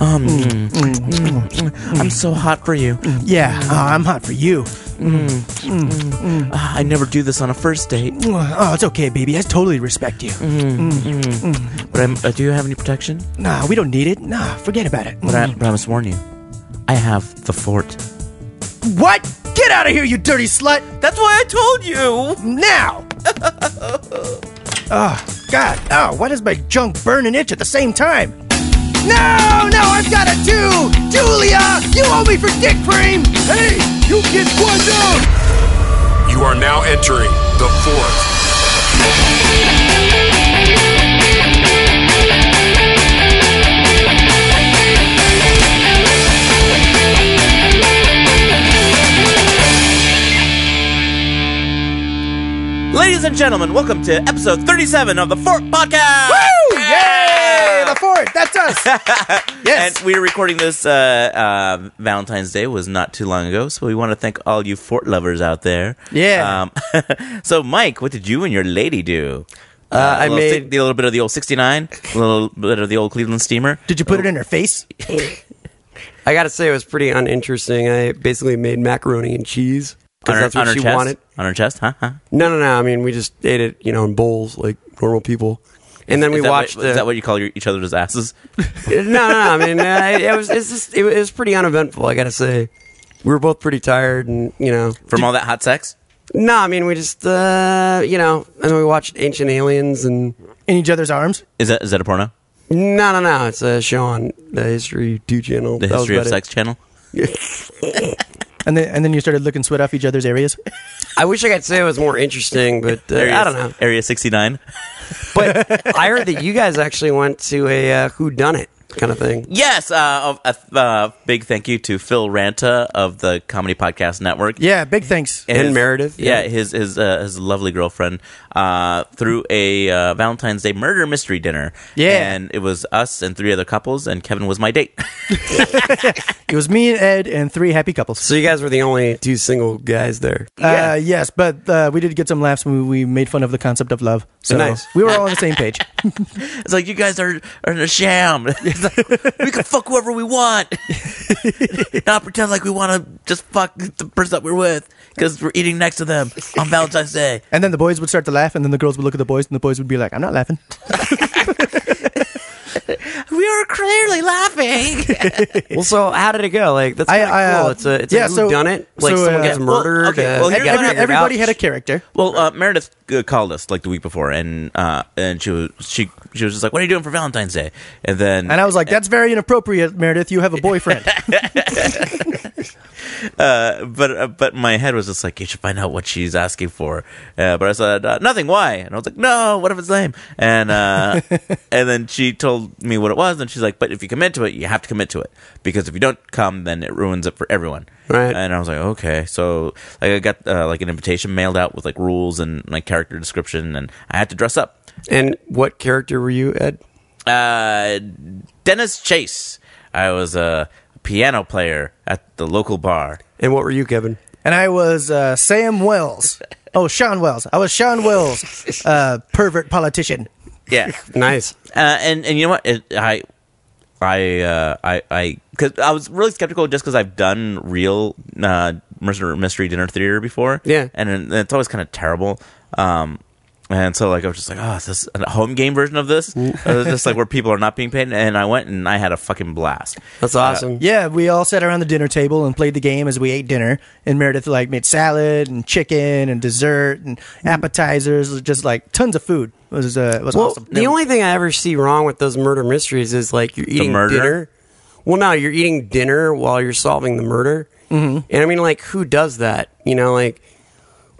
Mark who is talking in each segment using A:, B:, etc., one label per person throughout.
A: Um, mm, mm, mm, I'm so hot for you.
B: Yeah, uh, I'm hot for you.
A: Ah, I never do this on a first date.
B: Oh, it's okay, baby. I totally respect you.
A: But I'm, uh, do you have any protection?
B: Nah, we don't need it. Nah, forget about it.
A: But I, but I must warn you, I have the fort.
B: What? Get out of here, you dirty slut!
A: That's why I told you.
B: Now! oh, God. Oh, why does my junk burn and itch at the same time? No, no, I've got it too! Julia, you owe me for dick cream! Hey, you get one down!
C: You are now entering the fourth.
A: Ladies and gentlemen, welcome to episode 37 of the Fort Podcast.
B: Woo! Yay! The fort, that's us!
A: And
B: yes.
A: we are recording this uh, uh, Valentine's Day was not too long ago, so we want to thank all you fort lovers out there.
B: Yeah.
A: Um, so, Mike, what did you and your lady do? Uh,
D: I
A: a little
D: made-
A: si- a little bit of the old '69, a little bit of the old Cleveland steamer.
B: Did you put it in her face?
D: I gotta say, it was pretty uninteresting. I basically made macaroni and cheese
A: On
D: because
A: her,
D: that's
A: on
D: what
A: her
D: she
A: chest?
D: wanted.
A: On her chest, huh? huh?
D: No, no, no. I mean, we just ate it, you know, in bowls like normal people. And then
A: Is
D: we
A: that what-
D: watched. the,
A: Is that what you call your, each other's asses?
D: no, no, no. I mean, uh, it, it was. It's just. It, was- it was pretty uneventful. I gotta say, we were both pretty tired, and you know.
A: From all that hot sex?
D: No, I mean, we just. Uh, you know, and then we watched Ancient Aliens, and
B: In each other's arms?
A: Is that is that a porno?
D: no, no, no. It's a show on the History Two channel.
A: The
D: That was
A: History of
D: about it.
A: Sex channel?
B: And then, and then you started looking sweat off each other's areas?
D: I wish I could say it was more interesting, but uh,
A: Area,
D: I don't know.
A: Area 69.
D: But I heard that you guys actually went to a uh, who done it kind of thing.
A: Yes, uh, a, a uh, big thank you to Phil Ranta of the Comedy Podcast Network.
B: Yeah, big thanks.
D: And
A: his-
D: Meredith,
A: Yeah,
D: yeah.
A: his his uh, his lovely girlfriend uh, threw a uh, Valentine's Day murder mystery dinner.
B: Yeah.
A: and it was us and three other couples, and Kevin was my date.
B: It was me and Ed and three happy couples.
D: So you guys were the only two single guys there.
B: Uh, yes, but uh, we did get some laughs when we made fun of the concept of love. So
D: Nice.
B: we were all on the same page.
A: it's like you guys are are in a sham. It's like, we can fuck whoever we want, not pretend like we want to just fuck the person that we're with because we're eating next to them on Valentine's Day.
B: And then the boys would start to laugh, and then the girls would look at the boys, and the boys would be like, I'm not laughing.
A: We are clearly laughing.
D: Well, so how did it go? Like that's
B: I-
D: kind of
B: I, uh,
D: cool. It's a it's
B: yeah,
D: a who
B: so-
D: done it. Like
B: so,
D: someone
B: uh,
D: gets
B: well,
D: murdered.
A: okay,
D: uh,
A: well,
D: they
A: here's
D: gotta
A: what-
D: figure it
B: everybody
D: out.
B: had a character.
A: Well, uh, Meredith uh, called us like the week before, and uh, and she was she she was just like, "What are you doing for Valentine's Day?" And then
B: And I was like, that's very inappropriate, Meredith. You have a boyfriend.
A: but uh, but my head was just like, "You should find out what she's asking for." Uh, but I said uh, nothing. Why? And I was like, "No, what if it's lame?" And uh, and then she told me what it was, and she's like, "But if you commit to it, you have to commit to it because if you don't come, then it ruins it for everyone."
D: Right.
A: And I was like, "Okay." So like I got uh, like an invitation mailed out with like rules and like character description, and I had to dress up.
D: And what character were you, Ed?
A: uh, Dennis Chase. I was a piano player at the local bar.
D: And what were you, Kevin?
B: and I was uh, Sam Wells. Oh, Sean Wells. I was Sean Wells, uh, pervert politician.
A: Yeah,
D: Nice.
A: uh, and and you know what? It, I I uh, I I because I was really skeptical just because I've done real uh, mystery mystery dinner theater before.
D: Yeah.
A: and, it- it's always kind of terrible. Um, and so like I was just like, oh, is this a home game version of this?
D: Mm.
A: It was just like where people are not being paid. And I went and I had a fucking blast.
B: Uh,
A: Uh,
D: That's awesome.
B: Yeah, we all sat around the dinner table and played the game as we ate dinner. And Meredith like made salad and chicken and dessert and appetizers, just like tons of food. It was uh, it was
D: Well,
B: awesome.
D: the only thing I ever see wrong with those murder mysteries is like you're eating
A: murder?
D: dinner. Well, no, you're eating dinner while you're solving the murder. Mm-hmm. And I mean, like, who does that? You know, like,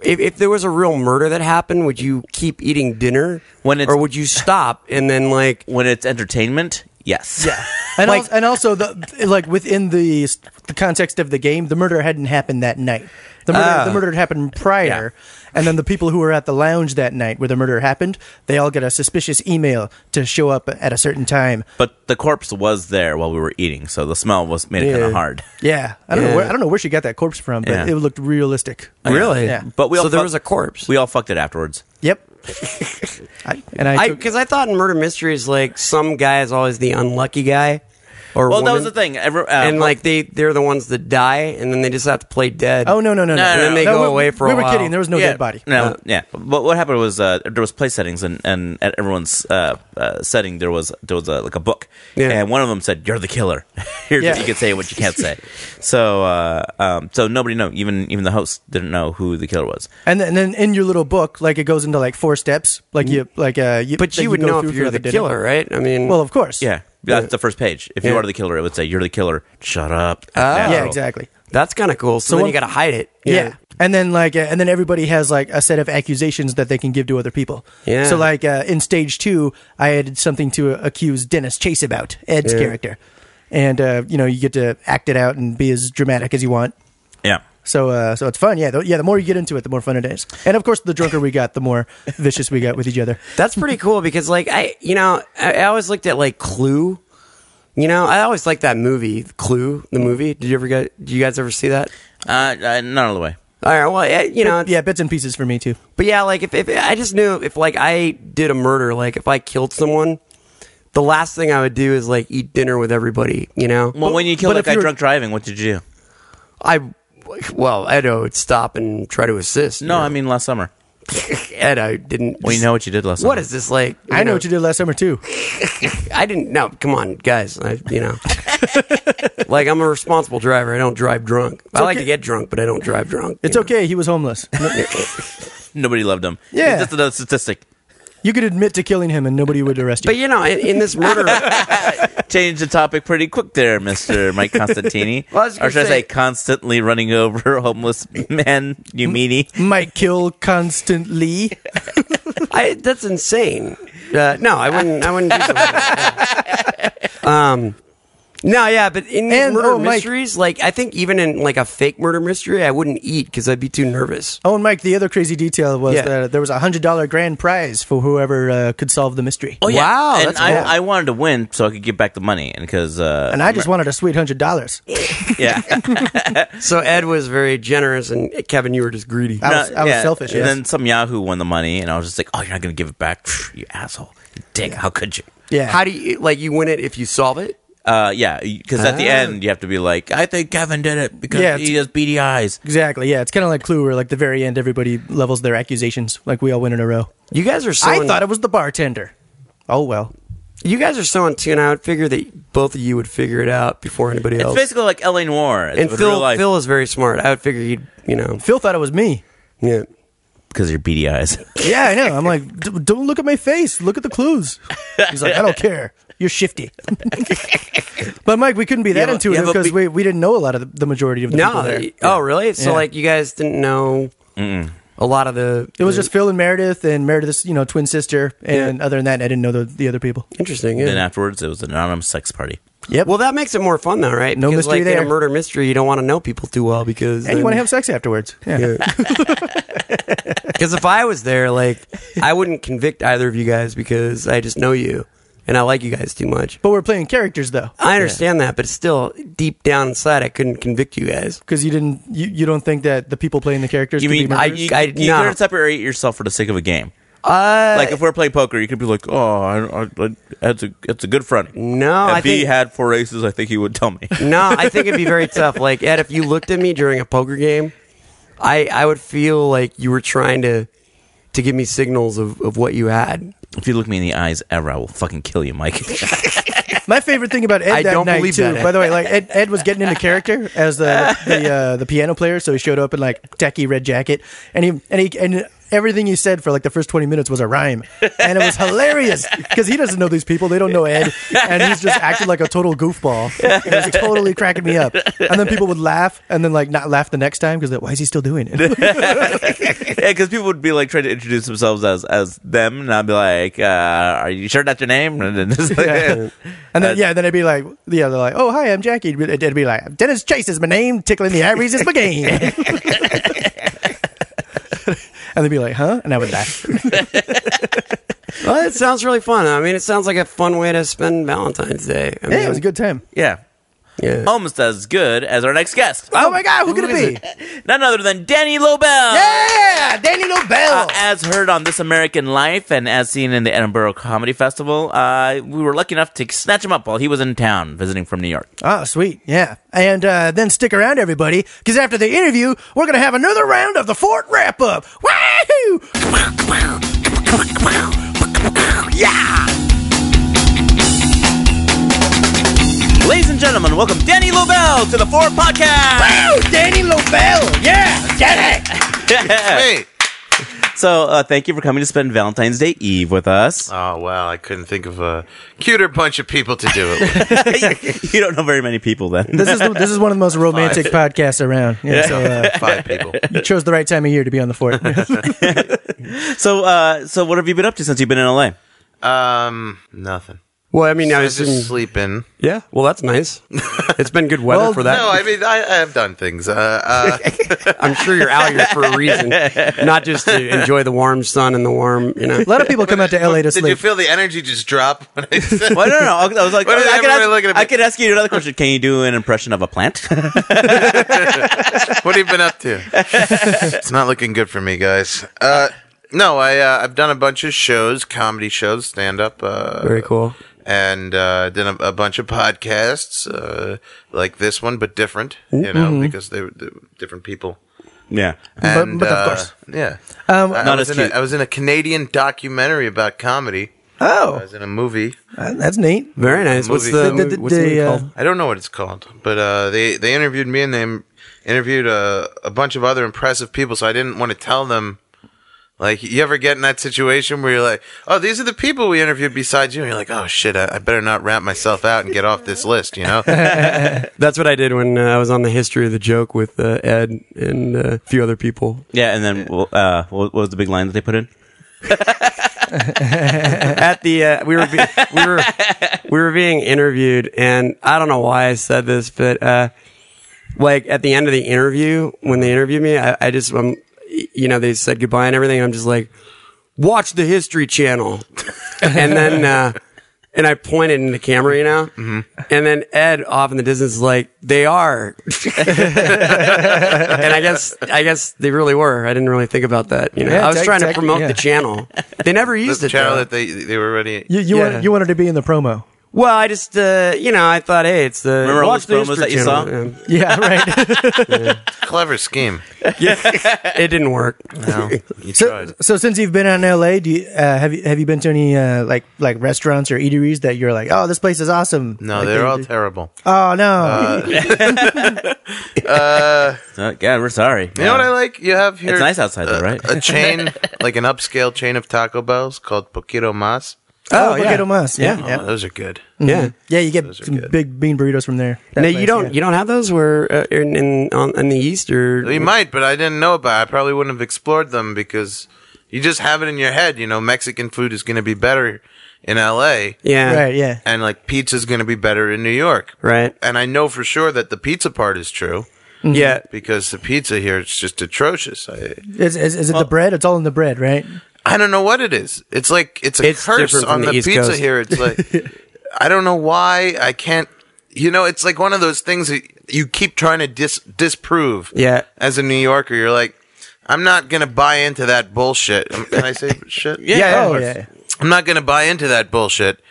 D: if, if there was a real murder that happened, would you keep eating dinner?
A: When it's-
D: or would you stop and then, like,
A: When it's entertainment, yes. Yeah.
B: And, al- and also, the, like within the, s- the context of the game, the murder hadn't happened that night. The murder,
D: Ah.
B: the murder had happened prior, and then the people who were at the lounge that night where the murder happened, they all get a suspicious email to show up at a certain time.
A: But the corpse was there while we were eating, so the smell was made it kind of
D: Yeah.
A: hard.
B: Yeah, I don't know.
D: Yeah.
B: Where, I don't know where she got that corpse from, but
A: Yeah.
B: it looked realistic.
D: really?
B: Yeah.
A: But we all
D: so there
A: fuck-
D: was a corpse.
A: We all fucked it afterwards.
B: Yep. I, and I,
D: I
B: took-
D: because I thought in murder mysteries, like, some guy is always the unlucky guy. Or
A: well, that was the
D: woman.
A: thing. Every, uh,
D: and like they they're the ones that die, and then they just have to play dead.
B: Oh no no no no!
A: No, no, no.
D: They
B: No,
D: go
B: we-
D: away for
B: We
D: a
B: were
D: while.
B: kidding. There was no
A: yeah,
B: Oh, dead body. Uh,
A: No, yeah. But what happened was uh, there was place settings, and, and at everyone's uh, uh, setting there was there was uh like a book,
D: Yeah.
A: and one of them said, "You're the killer. Here's
B: Yeah.
A: what you can say, and what you can't say." so, uh, um, so nobody knew. Even even the host didn't know who the killer was.
B: And then, and then in your little book, like it goes into like four steps, like you
D: Mm-hmm.
B: like uh. You,
D: but
B: that
D: you would
B: go
D: know
B: through
D: if you're
B: throughout
D: the
B: dinner.
D: killer, right? I mean,
B: Well, of course.
A: Yeah,
B: Uh,
A: that's the first page. If you
D: Yeah.
A: are the killer, it would say, "You're the killer. Shut up."
B: Ah, Yeah,
D: Oh.
A: Natural.
B: exactly.
D: that's kind of cool. So,
B: So
D: then
B: one-
D: you got to hide it.
B: Yeah. And then like uh, and then everybody has like a set of accusations that they can give to other people.
D: Yeah.
B: So like uh, in stage 2, I added something to accuse Dennis Chase about, Ed's character. And uh, you know, you get to act it out and be as dramatic as you want.
A: yeah.
B: So uh, so it's fun. Yeah, the, yeah, the more you get into it, the more fun it is. And of course, the drunker we got, the more vicious we got with each other.
D: That's pretty cool because, like, I you know, I, I always looked at like Clue. You know, I always liked that movie, Clue, the movie. Did you ever get? Did you guys ever see that?
A: Uh, uh, not all the way.
D: All right, well, yeah, you know, it's-
B: yeah, bits and pieces for me too.
D: But yeah, like if, if I just knew if like I did a murder, like if I killed someone, the last thing I would do is like eat dinner with everybody. You know,
A: Well, when you killed
B: but
A: that
B: if
A: guy
B: you were-
A: drunk driving, what did you do?
D: I well, Edo would stop and try to assist.
A: No, I mean last summer.
D: Edo didn't.
A: We know what you did last summer.
D: What is this like?
B: I know, what you did last summer too.
D: I didn't. No, come on, guys. I, you know, like I'm a responsible driver. I don't drive drunk. I like
B: okay.
D: to get drunk, but I don't drive drunk.
B: It's okay. He was homeless.
A: Nobody loved him.
B: Yeah.
A: It's just another statistic.
B: you could admit to killing him, and nobody would arrest you.
D: But you know, in, in this murder,
A: Change the topic pretty quick there, Mr. Mike Constantini.
D: Well, I was gonna
A: or should I
D: say-
A: say constantly running over homeless man, you meanie.
B: might kill constantly.
D: I, that's insane. Uh, no, I wouldn't. I wouldn't do something. Like that. um, no, yeah, but in these
B: And-
D: murder
B: oh, Mike.
D: mysteries, like I think even in like a fake murder mystery, I wouldn't eat because I'd be too nervous.
B: Oh, and Mike, the other crazy detail was
D: Yeah.
B: that there was a hundred dollar grand prize for whoever uh, could solve the mystery.
D: yeah. Wow,
A: oh, And
D: that's
A: I,
D: cool.
A: I wanted to win so I could get back the money. And because, uh,
B: And I just wanted a sweet hundred dollars.
A: yeah.
D: So Ed was very generous, and Kevin, you were just greedy.
B: I was, I was
A: yeah.
B: selfish.
A: And
B: yes.
A: then some Yahoo won the money, and I was just like, oh, you're not going to give it back. Pfft, You asshole. You Dick, how could you?
B: yeah.
D: How do you like you win it if you solve it?
A: Uh, yeah, because at the
D: Ah.
A: end, you have to be like, I think Kevin did it because
B: Yeah,
A: he has beady eyes.
B: exactly. Yeah, it's kind of like Clue, where like the very end, everybody levels their accusations. Like we all win in a row.
D: You guys are so.
B: I
D: in-
B: thought it was the bartender. Oh well.
D: you guys are so in tune. I would figure that both of you would figure it out before anybody
A: It's
D: else.
A: basically like L.A. Noir.
D: and
A: with
D: Phil,
A: real life.
D: Phil is very smart. I would figure he'd, you know,
B: Phil thought it was me.
D: yeah.
A: because your beady eyes.
B: Yeah, I know. I'm like, D- don't look at my face. Look at the clues. He's like, I don't care. You're shifty. but Mike, we couldn't be that
A: but-
B: intuitive
A: yeah, but
B: because
A: we-
B: we, we didn't know a lot of the, the majority of the people
D: No.
B: there.
D: y- Oh, really? So
B: Yeah.
D: like you guys didn't know a lot of the.
B: It was just Phil and Meredith and Meredith's, you know, twin sister. And other than that, I didn't know the, the other people.
D: interesting.
A: then
D: Yeah.
A: afterwards, it was an anonymous sex party.
B: Yep.
D: Well, that makes it more fun, though, right?
B: No
D: because,
B: mystery
D: like, In
B: there.
D: a murder mystery, you don't want to know people too well because
B: and you want to have sex afterwards. Yeah.
D: Because if I was there, like, I wouldn't convict either of you guys because I just know you and I like you guys too much.
B: But we're playing characters though,
A: Uh.
D: I understand that, but still, deep down inside, I couldn't convict you guys.
B: because you didn't. You, you don't think that the people playing the characters.
A: You
B: could be
A: mean
B: murderers?
A: I,
D: murderers?
A: you,
D: I-
A: you
D: no.
A: couldn't separate yourself for the sake of a game?
D: Uh,
A: Like if we're playing poker, you could be like, "Oh, I, I, I, that's a that's a good friend."
D: No,
A: if
D: Oh, I
A: he
D: think-
A: had four aces, I think he would tell me.
D: no, I think it'd be very tough. Like Ed, if you looked at me during a poker game, I I would feel like you were trying to to give me signals of, of what you had.
A: if you look me in the eyes ever, I will fucking kill you, Mike.
B: My favorite thing about Ed
D: I
B: that
D: don't
B: night
D: believe
B: too.
D: that, Ed.
B: By the way, like Ed, Ed was getting into character as the the uh, the piano player, so he showed up in like tacky red jacket, and he and he and everything he said for like the first twenty minutes was a rhyme, and it was hilarious because he doesn't know these people, they don't know Ed, and he's just acting like a total goofball. It was totally cracking me up, and then people would laugh, and then like not laugh the next time because why is he still doing it?
A: because people would be like trying to introduce themselves as as them, and I'd be like, uh, "Are you sure that's your name?" And then just like,
B: Yeah. And then, yeah, then it'd be like, yeah, they're like, oh, hi, I'm Jackie. It'd be like, Dennis Chase is my name, tickling the ivories is my game. and they'd be like, huh? And I would laugh.
D: Well, it sounds really fun. I mean, it sounds like a fun way to spend Valentine's Day. I mean,
B: Yeah, it was a good time.
A: yeah.
D: Yeah.
A: Almost as good as our next guest.
D: Ah!
B: Oh my God, who could
D: is
B: it be?
A: None other than Danny Lobel.
B: Yeah, Danny
A: Uh,
B: Nobel.
A: as heard on This American Life and as seen in the Edinburgh Comedy Festival, uh, we were lucky enough to snatch him up while he was in town visiting from New York.
B: Oh, sweet. Yeah. And uh, then stick around, everybody, because after the interview, we're going to have another round of the Fort wrap up. Wahoo!
A: Ladies and gentlemen, welcome Danny Lobel to the Four Podcast.
B: Woo! Danny Lobel. Yeah, get it.
E: Hey.
A: so, uh, thank you for coming to spend Valentine's Day Eve with us.
E: Oh wow, I couldn't think of a cuter bunch of people to do it. with.
A: you don't know very many people then.
B: This is, the, this is one of the most romantic podcasts around. Yeah, So, uh,
E: Five people.
B: you chose the right time of year to be on the Fort.
A: So, uh, so what have you been up to since you've been in LA?
E: Um, nothing.
D: Well, I mean,
E: I
D: I
E: was
D: was
E: just
D: in,
E: sleeping.
D: yeah. Well, that's nice. It's been good weather
B: Well,
D: for that.
E: No, I mean I, I have done things. Uh, uh,
D: I'm sure you're out here for a reason, not just to enjoy the warm sun and the warm, you know.
B: A lot of people come out to LA to
E: did you
B: sleep.
E: feel the energy just drop when I said?
A: Well, no, no, no. I was like,
E: Why does
A: I, could
E: everybody
A: ask,
E: look at me?
A: I could ask you another question. Can you do an impression of a plant?
E: What have you been up to? it's not looking good for me, guys. Uh, no, I uh, I've done a bunch of shows, comedy shows, stand up. Uh,
D: Very cool.
E: and uh, did a, a bunch of podcasts uh, like this one, but different. You know,
B: mm-hmm.
E: because they were, they were different people.
A: yeah.
E: And,
B: but of
E: uh,
B: course.
E: yeah.
B: Um,
E: I,
A: Not
E: I was
A: as
E: in a-
A: cute.
E: I was in a Canadian documentary about comedy. I
B: oh,
E: was in a movie.
B: uh, that's neat.
D: Very nice. What's
E: Movie.
D: the,
B: The- the-
D: what's the,
B: the,
D: movie
B: uh,
D: called?
E: I don't know what it's called, but uh, they they interviewed me and they m- interviewed a, a bunch of other impressive people. So I didn't want to tell them. Like you ever get in that situation where you're like, oh, these are the people we interviewed besides you, and you're like, oh shit, I, I better not wrap myself out and get off this list, you know?
D: That's what I did when uh, I was on the history of the joke with uh, Ed and uh, a few other people.
A: Yeah, and then well, uh, what what was the big line that they put in?
D: At the uh, we were be- we were we were being interviewed, and I don't know why I said this, but uh, like at the end of the interview, when they interviewed me, I, I just um, you know they said goodbye and everything. And I'm just like, watch the History Channel, and then uh, and I pointed in the camera, you know,
B: Mm-hmm.
D: and then Ed off in the distance is like, they are, and I guess I guess they really were. I didn't really think about that. You know,
B: Yeah,
D: I was
B: tech-
D: trying
B: tech-
D: to promote
B: yeah.
D: the channel. They never used
E: the
D: it.
E: channel
D: though.
E: that they they were already.
B: You, you,
D: Yeah.
B: wanted, you wanted to be in the promo.
D: Well, I just, uh, you know, I thought, hey, it's the
A: Remember all
D: watch
A: those
D: the
A: promos that you
D: History
A: saw?
D: Channel. Um,
B: Yeah, right.
E: Clever scheme.
D: Yeah. it didn't work.
E: No, you
B: so,
E: tried.
B: so since you've been out in LA, do you, uh, have you have you been to any uh, like like restaurants or eateries that you're like, oh, this place is awesome?
E: No,
B: Like,
E: they're
B: they-
E: all terrible.
B: Oh no.
A: Uh, God, we're sorry.
E: You know what I like? You have here.
A: It's nice outside though, right?
E: A chain, like an upscale chain of Taco Bells called Poquito Mas.
B: oh,
D: yeah.
B: yeah. Mas. Yeah.
E: Oh,
B: yeah.
E: those are good.
D: Yeah.
B: Yeah, you get
E: are
B: some
E: good.
B: big bean burritos from there. That
D: No,
B: place,
D: you don't.
B: yeah.
D: You don't have those where uh, in in, on, in the east
B: Mm-hmm.
D: or
E: We might, but I didn't know about. it. I probably wouldn't have explored them because you just have it in your head. You know, Mexican food is going to be better in L.A.
D: yeah,
B: Right, yeah.
E: and like pizza is going to be better in New York.
D: right,
E: And I know for sure that the pizza part is true
B: Mm-hmm.
D: yeah.
E: because the pizza here is just atrocious. I
B: Is, is, is it the bread? It's all in the bread, right?
E: I don't know what it is. It's like it's a
D: It's
E: curse
D: different from
E: on
D: the
E: the,
D: East
E: pizza
D: Coast.
E: here. It's like I don't know why I can't. You know, it's like one of those things that you keep trying to dis- disprove.
D: Yeah.
E: As a New Yorker, you're like, I'm not gonna buy into that bullshit. Um, Can I say shit?
B: Yeah, oh,
A: of
B: yeah.
E: I'm not gonna buy into that bullshit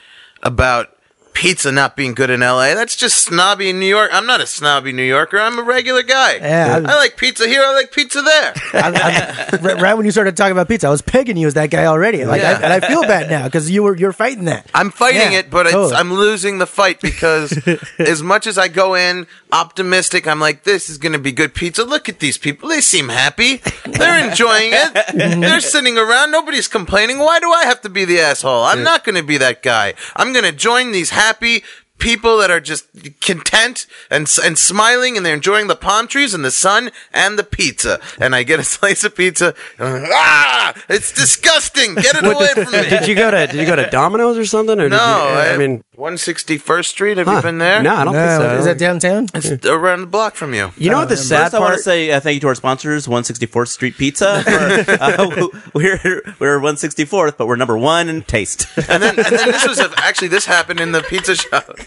E: about pizza not being good in LA. That's just snobby New York. I'm not a snobby New Yorker. I'm a regular guy.
B: Yeah, I-
E: I like pizza here. I like pizza there.
B: I, I, right, right when you started talking about pizza, I was pegging you as that guy already. Like, I,
E: Yeah.
B: and I feel bad now because you were you're fighting that.
E: I'm fighting
B: Yeah,
E: it, but
B: totally.
E: it's, I'm losing the fight because as much as I go in optimistic, I'm like, this is going to be good pizza. Look at these people. They seem happy. They're enjoying it. They're sitting around. Nobody's complaining. Why do I have to be the asshole? I'm not going to be that guy. I'm going to join these happy people that are just content and s- and smiling and they're enjoying the palm trees and the sun and the pizza and I get a slice of pizza and I'm like, ah it's disgusting get it away from me
D: Did you go to Did you go to Domino's or something? Or
E: no,
D: did you, uh, I, mean,
E: one sixty first Street. Have
D: huh.
E: you been there?
D: No, I don't
B: No,
D: think so.
B: is that downtown?
E: It's around the block from you.
D: you know what the sad
A: First, I want
D: part?
A: to say uh, thank you to our sponsors, 164th Street Pizza. For, uh, we're we're 164th, but we're number one in taste.
E: And then, and then this was a, actually this happened in the pizza shop.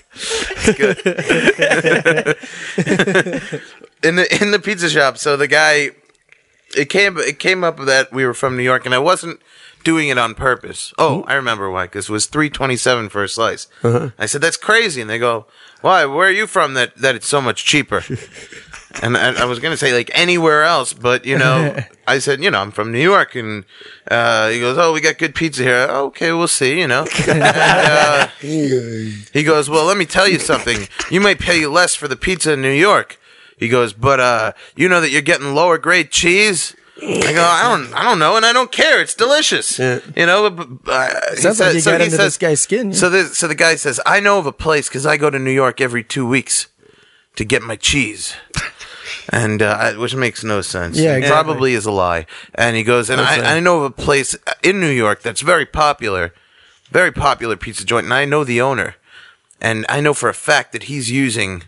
E: in the in the pizza shop. So the guy, it came it came up that we were from New York, and I wasn't doing it on purpose. Oh,
D: Hmm?
E: I remember why. Because it was three twenty seven for a slice.
D: Uh-huh.
E: I said that's crazy, and they go, "Why? Where are you from? That that it's so much cheaper." and I, I was gonna say like anywhere else, but you know, I said you know I'm from New York, and uh, he goes, "Oh, we got good pizza here." Okay, we'll see. You know. uh, He goes, Well, let me tell you something. You might pay less for the pizza in New York. He goes, But uh, you know that you're getting lower grade cheese? I go, I don't, I don't know, and I don't care. It's delicious,
D: Yeah.
E: you know. But, but, uh, he
B: Sounds like
E: said-
B: you
E: so
B: got
E: he
B: into
E: says-
B: this guy's skin.
E: So the so the guy says, I know of a place because I go to New York every two weeks to get my cheese, and uh, I- which makes no sense.
B: Yeah,
E: It
B: exactly.
E: probably is a lie. And he goes, and I, I know of a place in New York that's very popular, very popular pizza joint, and I know the owner, and I know for a fact that he's using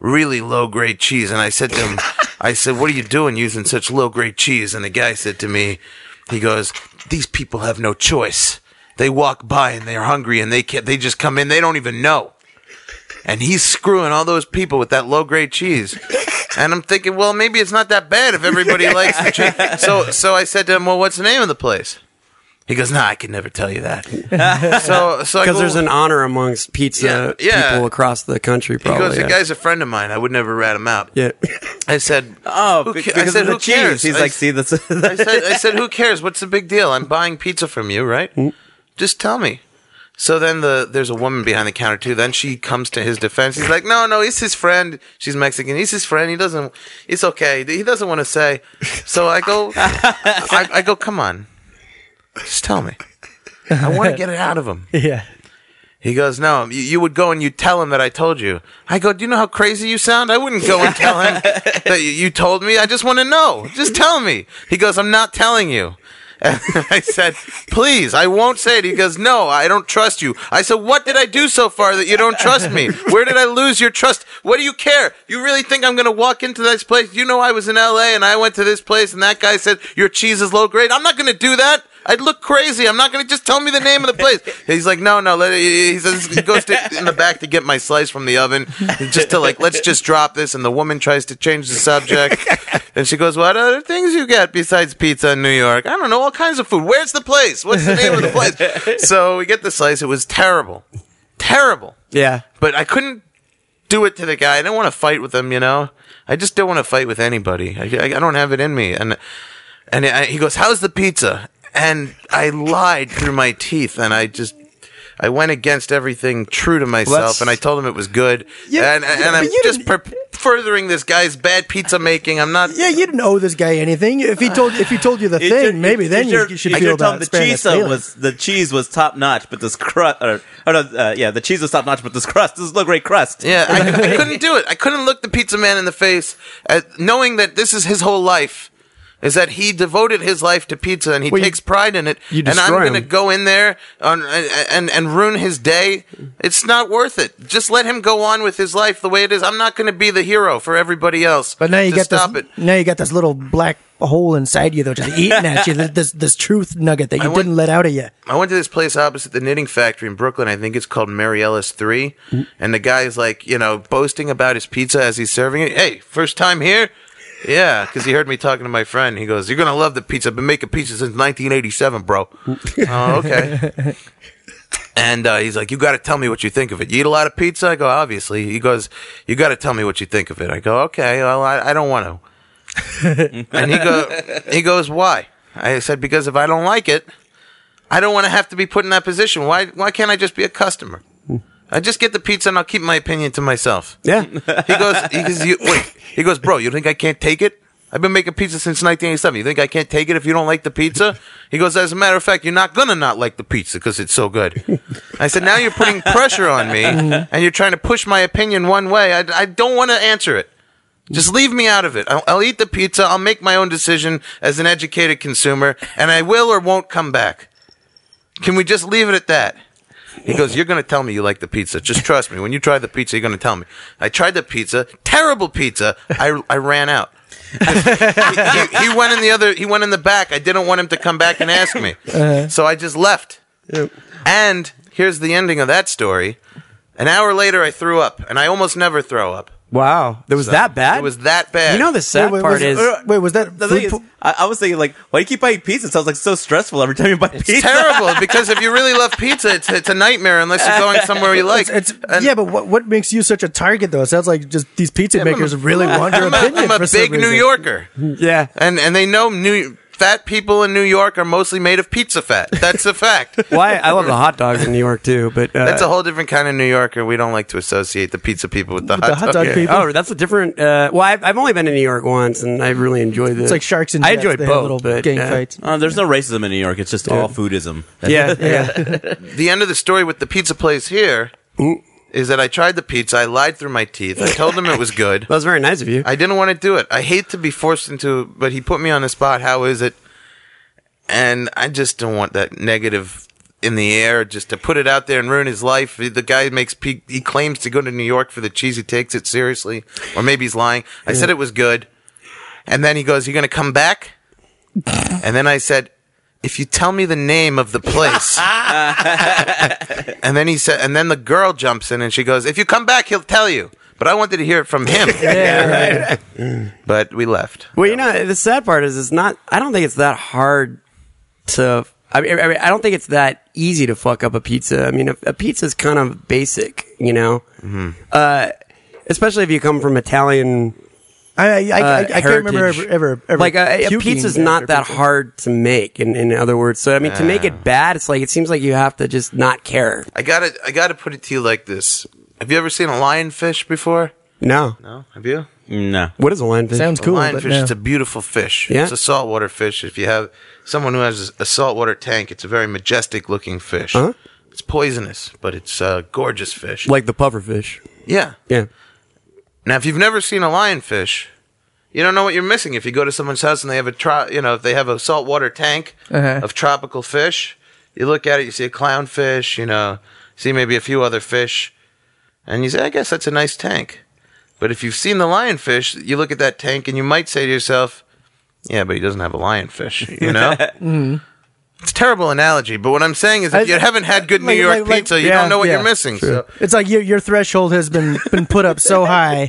E: really low grade cheese. And I said to him, I said, what are you doing using such low grade cheese? And the guy said to me, he goes, these people have no choice. They walk by and they're hungry and they can they just come in. They don't even know. And he's screwing all those people with that low grade cheese. And I'm thinking, well, maybe it's not that bad if everybody likes the cheese. So, so I said to him, well, what's the name of the place? He goes, nah, I could never tell you that. so, so I go,
D: Because there's an honor amongst pizza
E: Yeah, yeah.
D: people across the country,
E: he
D: probably.
E: goes, the
D: Oh, yeah.
E: guy's a friend of mine. I would never rat him out.
D: yeah.
E: I said,
A: Oh,
E: who
A: be-
E: ca- I
A: because
E: said,
A: of the
E: "Who cares?"
A: cheese. He's
E: I
A: like,
E: s-
A: see, that's
E: I said, I said, who cares? What's the big deal? I'm buying pizza from you, right? Just tell me. So then the there's a woman behind the counter too. Then she comes to his defense. He's like, no, no, he's his friend. She's Mexican. He's his friend. He doesn't. It's okay. He doesn't want to say. So I go, I, I go. Come on, just tell me. I want to get it out of him.
B: yeah.
E: He goes, No, you, you would go and you tell him that I told you. I go, Do you know how crazy you sound? I wouldn't go and tell him that you, you told me. I just want to know. Just tell me. He goes, I'm not telling you. And I said, Please, I won't say it. He goes, No, I don't trust you. I said, What did I do so far that you don't trust me? Where did I lose your trust? What do you care? You really think I'm going to walk into this place? You know, I was in LA and I went to this place and that guy said, Your cheese is low grade. I'm not going to do that. I'd look crazy. I'm not going to just tell me the name of the place. He's like, no, no. Let it, he says he goes to, in the back to get my slice from the oven, just to like, let's just drop this. And the woman tries to change the subject, and she goes, "What other things you get besides pizza in New York? I don't know, all kinds of food. Where's the place? What's the name of the place?" So we get the slice. It was terrible, terrible.
D: Yeah.
E: But I couldn't do it to the guy. I didn't want to fight with him, you know. I just don't want to fight with anybody. I, I, I don't have it in me. And and I, he goes, "How's the pizza?" And I lied through my teeth, and I just. I went against everything true to myself,
D: that's-
E: and I told him it was good.
B: Yeah,
E: and
B: yeah,
E: and
B: but
E: I'm
B: you
E: just per-
B: didn't-
E: furthering this guy's bad pizza making. I'm not.
B: Yeah, you didn't owe this guy anything. If he told if he told you the thing, maybe then you, you should
A: I
B: feel
A: tell
B: about
A: him the
B: sparing
A: cheese
B: that
A: though
B: feeling.
A: was the cheese was top notch, but this crust or, or no, uh, yeah, the cheese was top notch, but this crust this is look great crust.
E: Yeah, I, I couldn't do it. I couldn't look the pizza man in the face, at, knowing that this is his whole life. Is that he devoted his life to pizza and he
D: Well, you-
E: takes pride in it?
D: you
E: and I'm
D: destroy
E: going to
D: him.
E: go in there on, and, and and ruin his day. It's not worth it. Just let him go on with his life the way it is. I'm not going to be the hero for everybody else.
B: But now you
E: Just
B: got this.
E: stop it.
B: Now you got this little black hole inside you, though, just eating at you. This this truth nugget that you
E: went-
B: didn't let out of you.
E: I went to this place opposite the knitting factory in Brooklyn. I think it's called Mary Ellis 3. And the guy is like, you know, boasting about his pizza as he's serving it. Hey, first time here? Yeah, because he heard me talking to my friend. He goes, You're going to love the pizza. I've been making pizza since 1987, bro. oh, okay. And uh, he's like, You got to tell me what you think of it. You eat a lot of pizza? I go, Obviously. He goes, You got to tell me what you think of it. I go, Okay, well, I, I don't want to. And he go, he goes, why? I said, because if I don't like it, I don't want to have to be put in that position. Why? Why can't I just be a customer? I just get the pizza and I'll keep my opinion to myself.
D: Yeah.
E: He goes, he goes, you, wait. He goes, bro, you think I can't take it? I've been making pizza since 1987. You think I can't take it if you don't like the pizza? He goes, as a matter of fact, you're not gonna not like the pizza because it's so good. I said, now you're putting pressure on me and you're trying to push my opinion one way. I, I don't want to answer it. Just leave me out of it. I'll, I'll eat the pizza. I'll make my own decision as an educated consumer, and I will or won't come back. Can we just leave it at that? He goes, You're going to tell me you like the pizza. Just trust me. When you try the pizza, you're going to tell me. I tried the pizza. Terrible pizza. I, I ran out. he, he went in the other, he went in the back. I didn't want him to come back and ask
D: Uh-huh.
E: me. So I just left. And here's the ending of that story. An hour later, I threw up, and I almost never throw up.
D: Wow, it was that bad.
E: It was that bad.
D: You know the sad
B: wait,
D: part
B: was,
D: is
B: uh, wait, was that
A: The
B: food
A: thing is,
B: po-
A: I, I was thinking like, why do you keep buying pizza? It sounds like so stressful every time you buy pizza.
E: It's terrible because if you really love pizza, it's, it's a nightmare unless you're going somewhere you like.
B: It's,
E: And
B: yeah, but what what makes you such a target though? It sounds like just these pizza makers really want your
E: I'm a,
B: opinion.
E: I'm a
B: for some
E: big New
B: reason.
E: Yorker,
D: yeah.
E: and and they know New fat people in New York are mostly made of pizza fat. That's a fact.
D: Why I love the hot dogs in New York too, but uh,
E: That's a whole different kind of New Yorker. We don't like to associate the pizza people with the, hot,
B: the hot
E: dog.
B: dog people.
D: Oh, that's a different. Uh, well, I've, I've only been to New York once, and I really enjoyed it.
B: It's like sharks and
D: I
B: jets.
D: enjoyed
B: they
D: both,
B: have little
D: but,
B: gang
D: uh,
B: fights.
A: Uh, there's no racism in New York. It's just all foodism.
D: Yeah, yeah.
E: The end of the story with the pizza place here is that I tried the pizza. I lied through my teeth. I told them it was good.
D: that was very nice of you.
E: I didn't want to do it. I hate to be forced into, but he put me on the spot. How is it? And I just don't want that negative in the air just to put it out there and ruin his life. The guy makes pe- he claims to go to New York for the cheese. He takes it seriously, or maybe he's lying. I said it was good, and then he goes, "You going to come back?" and then I said. If you tell me the name of the place, and then he said, and then the girl jumps in and she goes, "If you come back, he'll tell you." But I wanted to hear it from him but we left.
D: Well, you know, the sad part is it's not. I don't think it's that hard to. I mean, I mean, I don't think it's that easy to fuck up a pizza. I mean, a, a pizza is kind of basic, you know. Uh, especially if you come from Italian.
B: I I, I, I,
D: uh,
B: I can't remember
D: heritage.
B: ever ever, ever
D: like uh, a, a
B: puking
D: pizza's
B: after
D: not that
B: pizza.
D: hard to make. In, in other words, so I mean, to make it bad, it's like it seems like you have to just not care.
E: I got to I got to put it to you like this. Have you ever seen a lionfish before?
D: No,
E: No. Have you?
A: No.
D: what is a lionfish?
B: Sounds cool. but
E: lionfish
B: no.
E: is a beautiful fish.
D: Yeah.
E: It's a saltwater fish. If you have someone who has a saltwater tank, it's a very majestic looking fish.
B: Uh-huh.
D: Huh?
E: It's poisonous, but it's a gorgeous fish.
D: like the pufferfish.
E: yeah.
D: Yeah.
E: Now, if you've never seen a lionfish, you don't know what you're missing. If you go to someone's house and they have a tro- you know, if they have a saltwater tank
B: Uh-huh.
E: of tropical fish, you look at it, you see a clownfish, you know, see maybe a few other fish, and you say, I guess that's a nice tank. But if you've seen the lionfish, you look at that tank and you might say to yourself, Yeah, but he doesn't have a lionfish, you know? It's a terrible analogy, but what I'm saying is if
B: Mm-hmm. I-
E: you haven't had good New
B: like-
E: York
B: like- like-
E: pizza, you
B: yeah,
E: don't know what
B: yeah,
E: you're missing.
B: true.
E: So.
B: It's like your your threshold has been been put up so high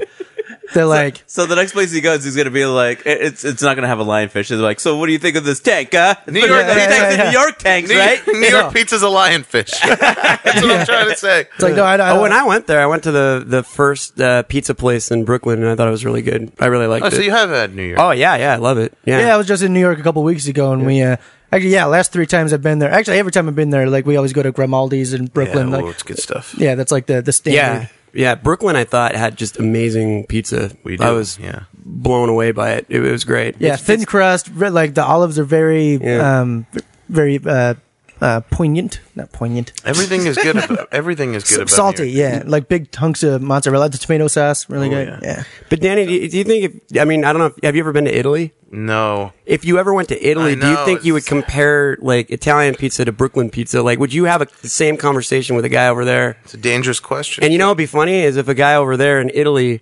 B: that like
A: So the next place he goes, he's gonna be like, it- it's it's not gonna have a lionfish. It's like, so what do you think of this tank? Huh?
E: New York
A: It's
E: pizza-
A: in New York tanks,
E: New,
A: right?
E: New York pizza's a lionfish. That's what I'm trying to say.
B: it's like no I, I
D: Oh, when I went there, I went to the the first uh, pizza place in Brooklyn, and I thought it was really good. I really liked
E: Oh,
D: it.
E: so you have had New York.
D: oh yeah, yeah, I love it. Yeah,
B: Yeah, I was just in New York a couple weeks ago, and we uh, actually yeah, last three times I've been there. Actually, every time I've been there, like we always go to Grimaldi's in Brooklyn.
E: Yeah,
B: like,
E: well, it's good stuff.
B: yeah, that's like the the standard.
D: yeah, yeah. Brooklyn, I thought had just amazing pizza.
E: We do,
D: I was
E: yeah.
D: blown away by it. It, it was great.
B: Yeah,
D: It's-
B: thin crust. Red, like the olives are very,
D: Yeah.
B: um, very uh, uh, poignant. Not poignant.
E: Everything is good. About, everything is good.
B: S-
E: about
B: salty.
E: New York.
B: Yeah, like big hunks of mozzarella. The tomato sauce,
E: Oh,
B: really good. Yeah.
D: But Danny, do you, do you think? If, I mean, I don't know. If, have you ever been to Italy?
E: No,
D: If you ever went to Italy,
E: I
D: do you
E: know,
D: think you would
E: it's-
D: compare like Italian pizza to Brooklyn pizza? Like, would you have a, the same conversation with a guy over there?
E: it's a dangerous question.
D: And you know what'd be funny is if a guy over there in Italy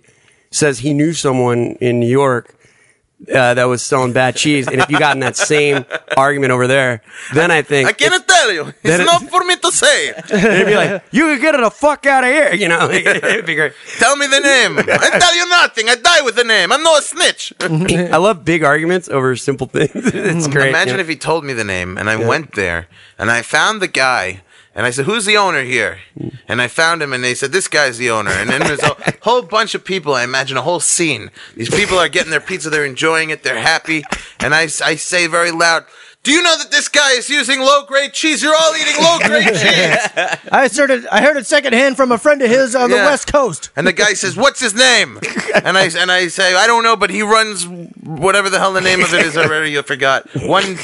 D: says he knew someone in New York uh, that was selling bad cheese, and if you got in that same argument over there, then I think
E: I cannot tell you. It's
D: it-
E: not for me to say.
D: it'd be like you could get the fuck out of here. You know, it'd be great.
E: tell me the name. I tell you nothing. I die with the name. I'm not a snitch.
D: I love big arguments over simple things. it's great.
E: Mm, Imagine if he told me the name and I went there and I found the guy and I said, Who's the owner here? And I found him and they said, This guy's the owner. And then there's a whole bunch of people. I imagine a whole scene. These people are getting their pizza, they're enjoying it, they're happy. And I, s- I say very loud, Do you know that this guy is using low grade cheese? You're all eating low grade cheese.
B: I heard it. I heard it secondhand from a friend of his on the
E: Yeah.
B: West Coast.
E: And the guy says, What's his name? And I, and I say, I don't know, but he runs whatever the hell the name of it is already. I forgot.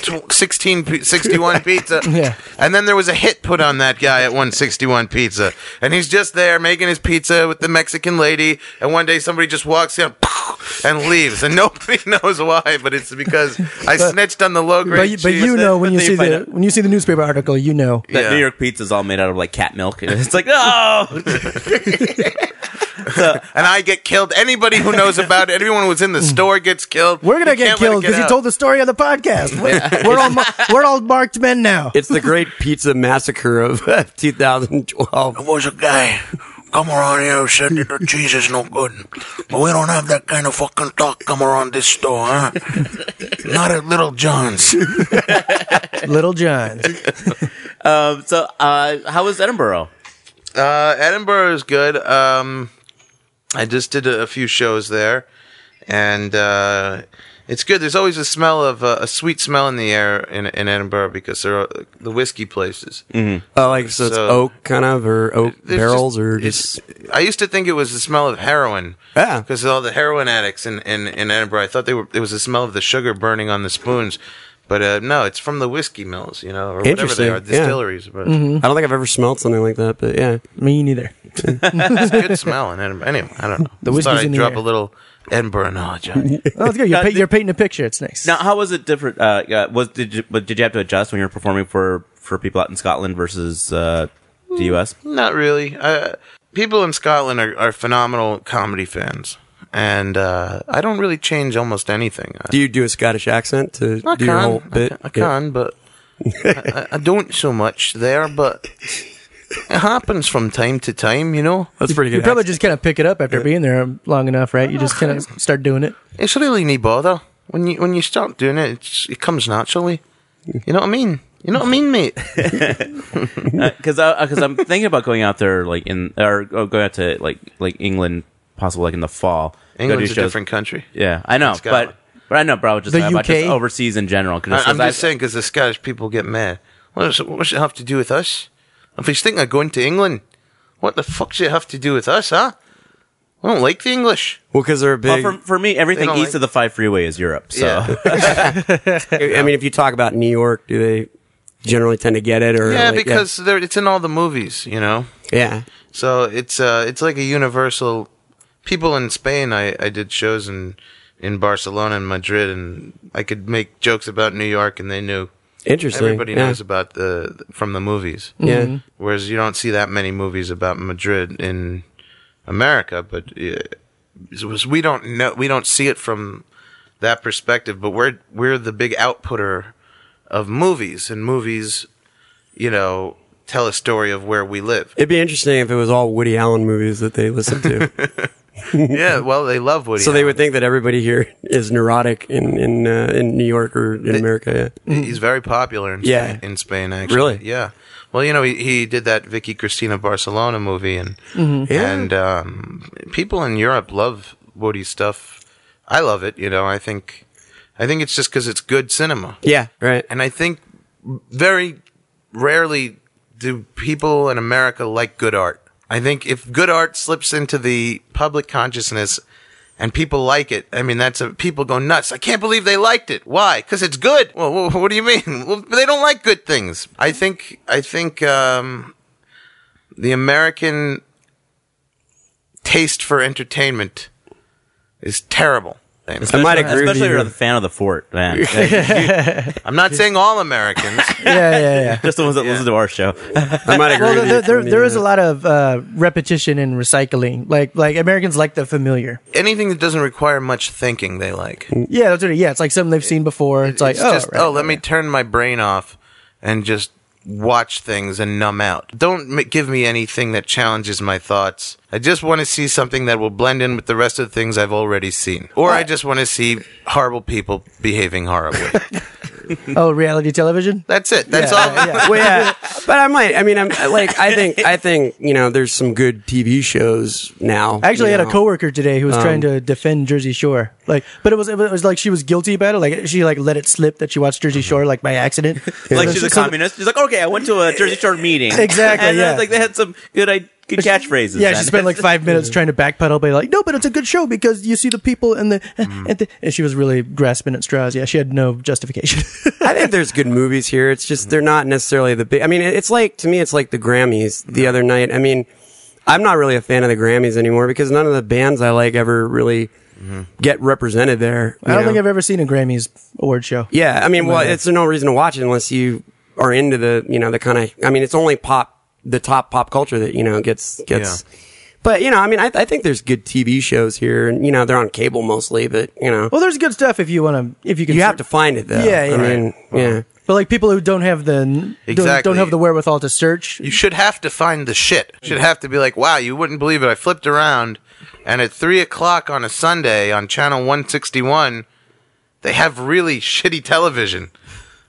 E: 116 P- 61 Pizza.
B: Yeah.
E: And then there was a hit put on that guy at 161 Pizza. And he's just there making his pizza with the Mexican lady. And one day somebody just walks in and leaves. And nobody knows why, but it's because I snitched on the low
B: But,
E: grade
B: you- but you know when you
A: Then
B: see
A: you find
B: the
A: out.
B: when you see the newspaper article, you know.
A: That
E: Yeah.
A: New York pizza's all made out of like cat milk. It's like, no.
E: And I get killed. Anybody who knows about it, everyone who was in the store gets killed.
B: Mm. We're gonna
E: You
B: get
E: can't let it
B: killed because you
E: out.
B: told the story on the podcast. We're, we're all mar- we're all marked men now.
D: It's the great pizza massacre of 2012.
E: was a guy Come around here said that the cheese is no good. But we don't have that kind of fucking talk come around this store, huh? Not at Little John's.
B: Little John's.
A: Um, so, uh, how was Edinburgh?
E: Uh, Edinburgh is good. Um, I just did a, a few shows there, and uh, it's good. There's always a smell of uh, a sweet smell in the air in, in Edinburgh because they're uh, the whiskey places.
D: Oh, like so, it's
E: So-
D: oak kind of or oak
E: There's
D: barrels
E: just-
D: or
E: it's-
D: just
E: I used to think it was the smell of heroin.
D: Yeah.
E: because all the heroin addicts in, in, in Edinburgh, I thought they were it was the smell of the sugar burning on the spoons, but uh, no, it's from the whiskey mills, you know, or whatever they
D: Interesting,
E: are,
D: yeah.
E: distilleries. But
D: I don't think I've ever smelled something like that, but yeah.
B: Me neither.
E: it's a good smell in Edinburgh. Anyway, I don't know.
B: The
E: Just thought
B: whiskey's
E: I'd
B: in the
E: drop
B: air.
E: a little Edinburgh knowledge. on you.
B: Oh, it's good. You're,
A: Uh,
B: pa-
A: the-
B: you're painting a picture. It's nice.
A: Now, how was it different? Uh, uh, was did you, but did you have to adjust when you were performing for for people out in Scotland versus uh, the U.S.?
E: Not really. Uh, people in Scotland are, are phenomenal comedy fans, and uh, I don't really change almost anything. I,
D: Do you do a Scottish accent to
E: I
D: do
E: can,
D: your whole bit?
E: I, ca- I can, but I, I- I don't so much there. But it happens from time to time, you know.
D: That's pretty good.
B: you probably
D: accent.
B: just kind of pick it up after being there long enough, right? You just kind of start doing it.
E: It's really no bother when you when you start doing it. It's, it comes naturally. You know what I mean? You know what I mean, mate?
A: Because because uh, I'm thinking about going out there like in or, or going out to like like England, possible like in the fall. Go do
E: England's a
A: shows.
E: different country.
A: Yeah, I know,
E: Scotland.
A: but but I know, bro. Just
B: The
A: about
B: UK?
A: just overseas in general. Cause
E: I, I'm
A: I-
E: just saying because the Scottish people get mad. What does, what does it have to do with us? If he's thinking of going to England, what the fuck does it have to do with us, huh? I don't like the English.
D: well because they're a
A: Well,
D: big.
A: for, for me, everything
E: don't
A: east
E: like-
A: of the five freeway is Europe. So
E: Yeah.
D: I mean, if you talk about New York, do they generally tend to get it or
E: yeah,
D: like,
E: because they're it's in all the movies, you know.
D: yeah.
E: So it's uh, it's like a universal. People in Spain, I, I did shows in in Barcelona and Madrid, and I could make jokes about New York, and they knew.
D: Interesting.
E: Everybody
D: yeah.
E: knows about the from the movies.
D: Yeah.
E: Whereas you don't see that many movies about Madrid in America, but uh, it was, we don't know we don't see it from that perspective. But we're we're the big outputter of movies, and movies, you know, tell a story of where we live.
D: It'd be interesting if it was all Woody Allen movies that they listened to.
E: yeah, well, they love Woody.
D: so they
E: Allen.
D: would think that everybody here is neurotic in in uh, in New York or in America. Yeah.
E: He's very popular in,
D: Mm. Yeah.
E: Spain, in Spain, actually.
D: Really?
E: Yeah. Well, you know, he, he did that Vicky Cristina Barcelona movie, and
D: Mm-hmm.
E: and um, people in Europe love Woody's stuff. I love it. You know, I think I think it's just because it's good cinema,
D: Yeah. Right.
E: and I think very rarely do people in America like good art. I think if good art slips into the public consciousness. And people like it. I mean, that's a, people go nuts. I can't believe they liked it. Why? Because it's good. Well, wha- what do you mean? Well, they don't like good things. I think. I think um, the American taste for entertainment is terrible.
D: I might agree with
A: especially if
D: you.
A: you're a fan of the fort, man. Like,
E: I'm not saying all Americans.
B: Yeah, yeah, yeah.
A: just the ones that listen to our show.
D: I might agree.
B: Well,
D: with
B: there,
D: you.
B: there, there is a
D: Yeah.
B: lot of uh, repetition and recycling. Like, like Americans like the familiar.
E: anything that doesn't require much thinking they like. It's
B: Yeah, that's what it, yeah. It's like something they've seen before. It's Mm. like, oh,
E: just
B: right,
E: oh, let
B: right,
E: me turn my brain off and just watch things and numb out. Don't m- give me anything that challenges my thoughts. I just want to see something that will blend in with the rest of the things I've already seen. Or I just want to see horrible people behaving horribly.
B: right. oh, reality television.
E: That's it. That's all.
B: Yeah, yeah.
D: well, yeah, but I might. I mean, I'm like, I think, I think you know, there's some good TV shows now.
B: I actually
D: you
B: had a
D: know.
B: coworker today who was trying to defend Jersey Shore, like, but it was it was, it was like she was guilty about it, like she like let it slip that she watched Jersey Shore like by accident.
A: like
B: So-
A: she's a
B: so-
A: communist. She's like, okay, I went to a Jersey Shore meeting.
B: Exactly,
A: And uh,
B: yeah.
A: like they had some good, I good catchphrases.
B: Yeah,
A: then.
B: she spent like five minutes trying to backpedal, but like, no, but it's a good show because you see the people and the and, the, and she was really grasping at straws. Yeah, she had no justification.
D: I think there's good movies here. It's just they're not necessarily the big. I mean, it's like to me, it's like the Grammys the other night. I mean, I'm not really a fan of the Grammys anymore because none of the bands I like ever really get represented there.
B: I don't think I've ever seen a Grammys award show.
D: Yeah, I mean, well, it's no reason to watch it unless you are into the you know the kind of. I mean, it's only pop, the top pop culture that you know gets gets. But you know, I mean, I, I think there's good TV shows here, and you know they're on cable mostly. But you know,
B: Well, there's good stuff if you want to. If you can,
D: you have to find it though.
B: Yeah, yeah.
D: I mean, yeah.
B: But But like people who don't have the don't- don't,
E: Exactly.
B: have the wherewithal to search.
E: You should have to find the shit. You should have to be like, wow, you wouldn't believe it. I flipped around, and at 3 o'clock on a Sunday on Channel 161, they have really shitty television.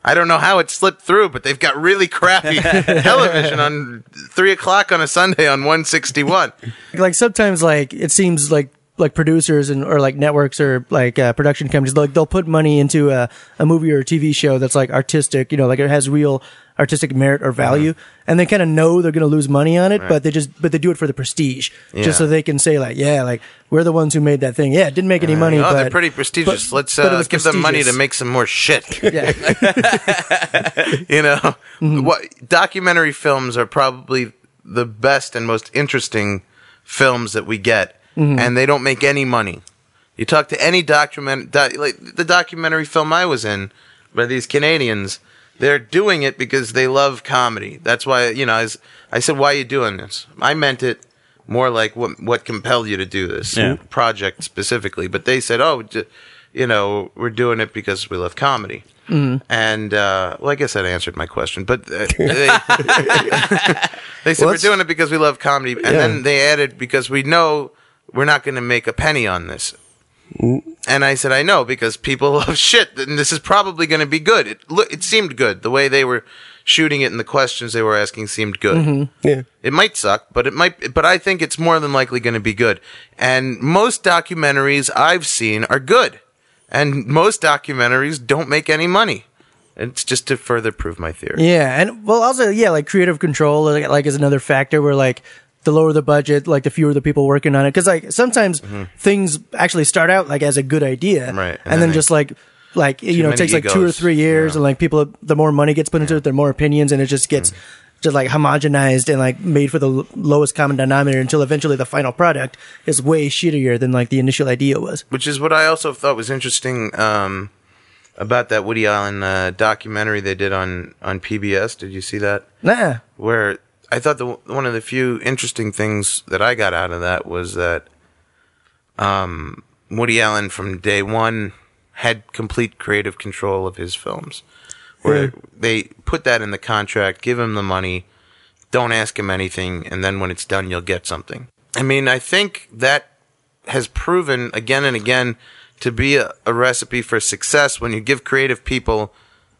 E: I don't know how it slipped through, but they've got really crappy television on 3 o'clock on a Sunday on Oh, 161.
B: Like sometimes like it seems like like producers and or like networks or like uh, production companies like they'll put money into a, a movie or a TV show that's like artistic, you know, like it has real artistic merit or value,
E: Uh-huh.
B: and they kind of know they're going to lose money on it, but they just but they do it for the prestige, just so they can say like, yeah, like we're the ones who made that thing. Yeah, it didn't make any money.
E: Oh,
B: but,
E: they're pretty prestigious.
B: but-
E: Let's
B: but it
E: uh,
B: was
E: give them money to
B: prestigious.
E: make some more shit.
B: Yeah.
E: you know what documentary films are probably the best and most interesting films that we get and they don't make any money you talk to any document doc, like the documentary film i was in by these canadians they're doing it because they love comedy that's why you know i, was- I said why are you doing this i meant it more like what what compelled you to do this
A: Yeah.
E: project specifically but they said oh j- you know we're doing it because we love comedy
D: Mm.
E: and uh, well, I guess that answered my question. But uh, they, they said
D: Well,
E: we're
D: that's-
E: doing it because we love comedy, and then they added because we know we're not going to make a penny on this. And I said, I know because people love shit, and this is probably going to be good. It look, it seemed good the way they were shooting it, and the questions they were asking seemed good.
D: Yeah.
E: It might suck, but it might. But I think it's more than likely going to be good. And most documentaries I've seen are good, and most documentaries don't make any money. It's just to further prove my theory.
B: Yeah, and well, also yeah, like creative control, like, like is another factor where like the lower the budget, like the fewer the people working on it, because like sometimes things actually start out like as a good idea,
E: Mm-hmm. Right,
B: and,
E: and then
B: then,
E: they-
B: just like like you know
E: many
B: it takes like two or
E: egos,
B: three years, and like people, the more money gets put into it, the more opinions, and it just gets.
E: Mm-hmm.
B: Just like homogenized and like made for the l- lowest common denominator until eventually the final product is way shittier than like the initial idea was.
E: Which is what I also thought was interesting um, about that Woody Allen uh, documentary they did on on PBS. Did you see that?
B: Nah,
E: where I thought the one of the few interesting things that I got out of that was that um, Woody Allen from day one had complete creative control of his films, where they put that in the contract, give him the money, don't ask him anything, and then when it's done, you'll get something. I mean, I think that has proven again and again to be a, a recipe for success when you give creative people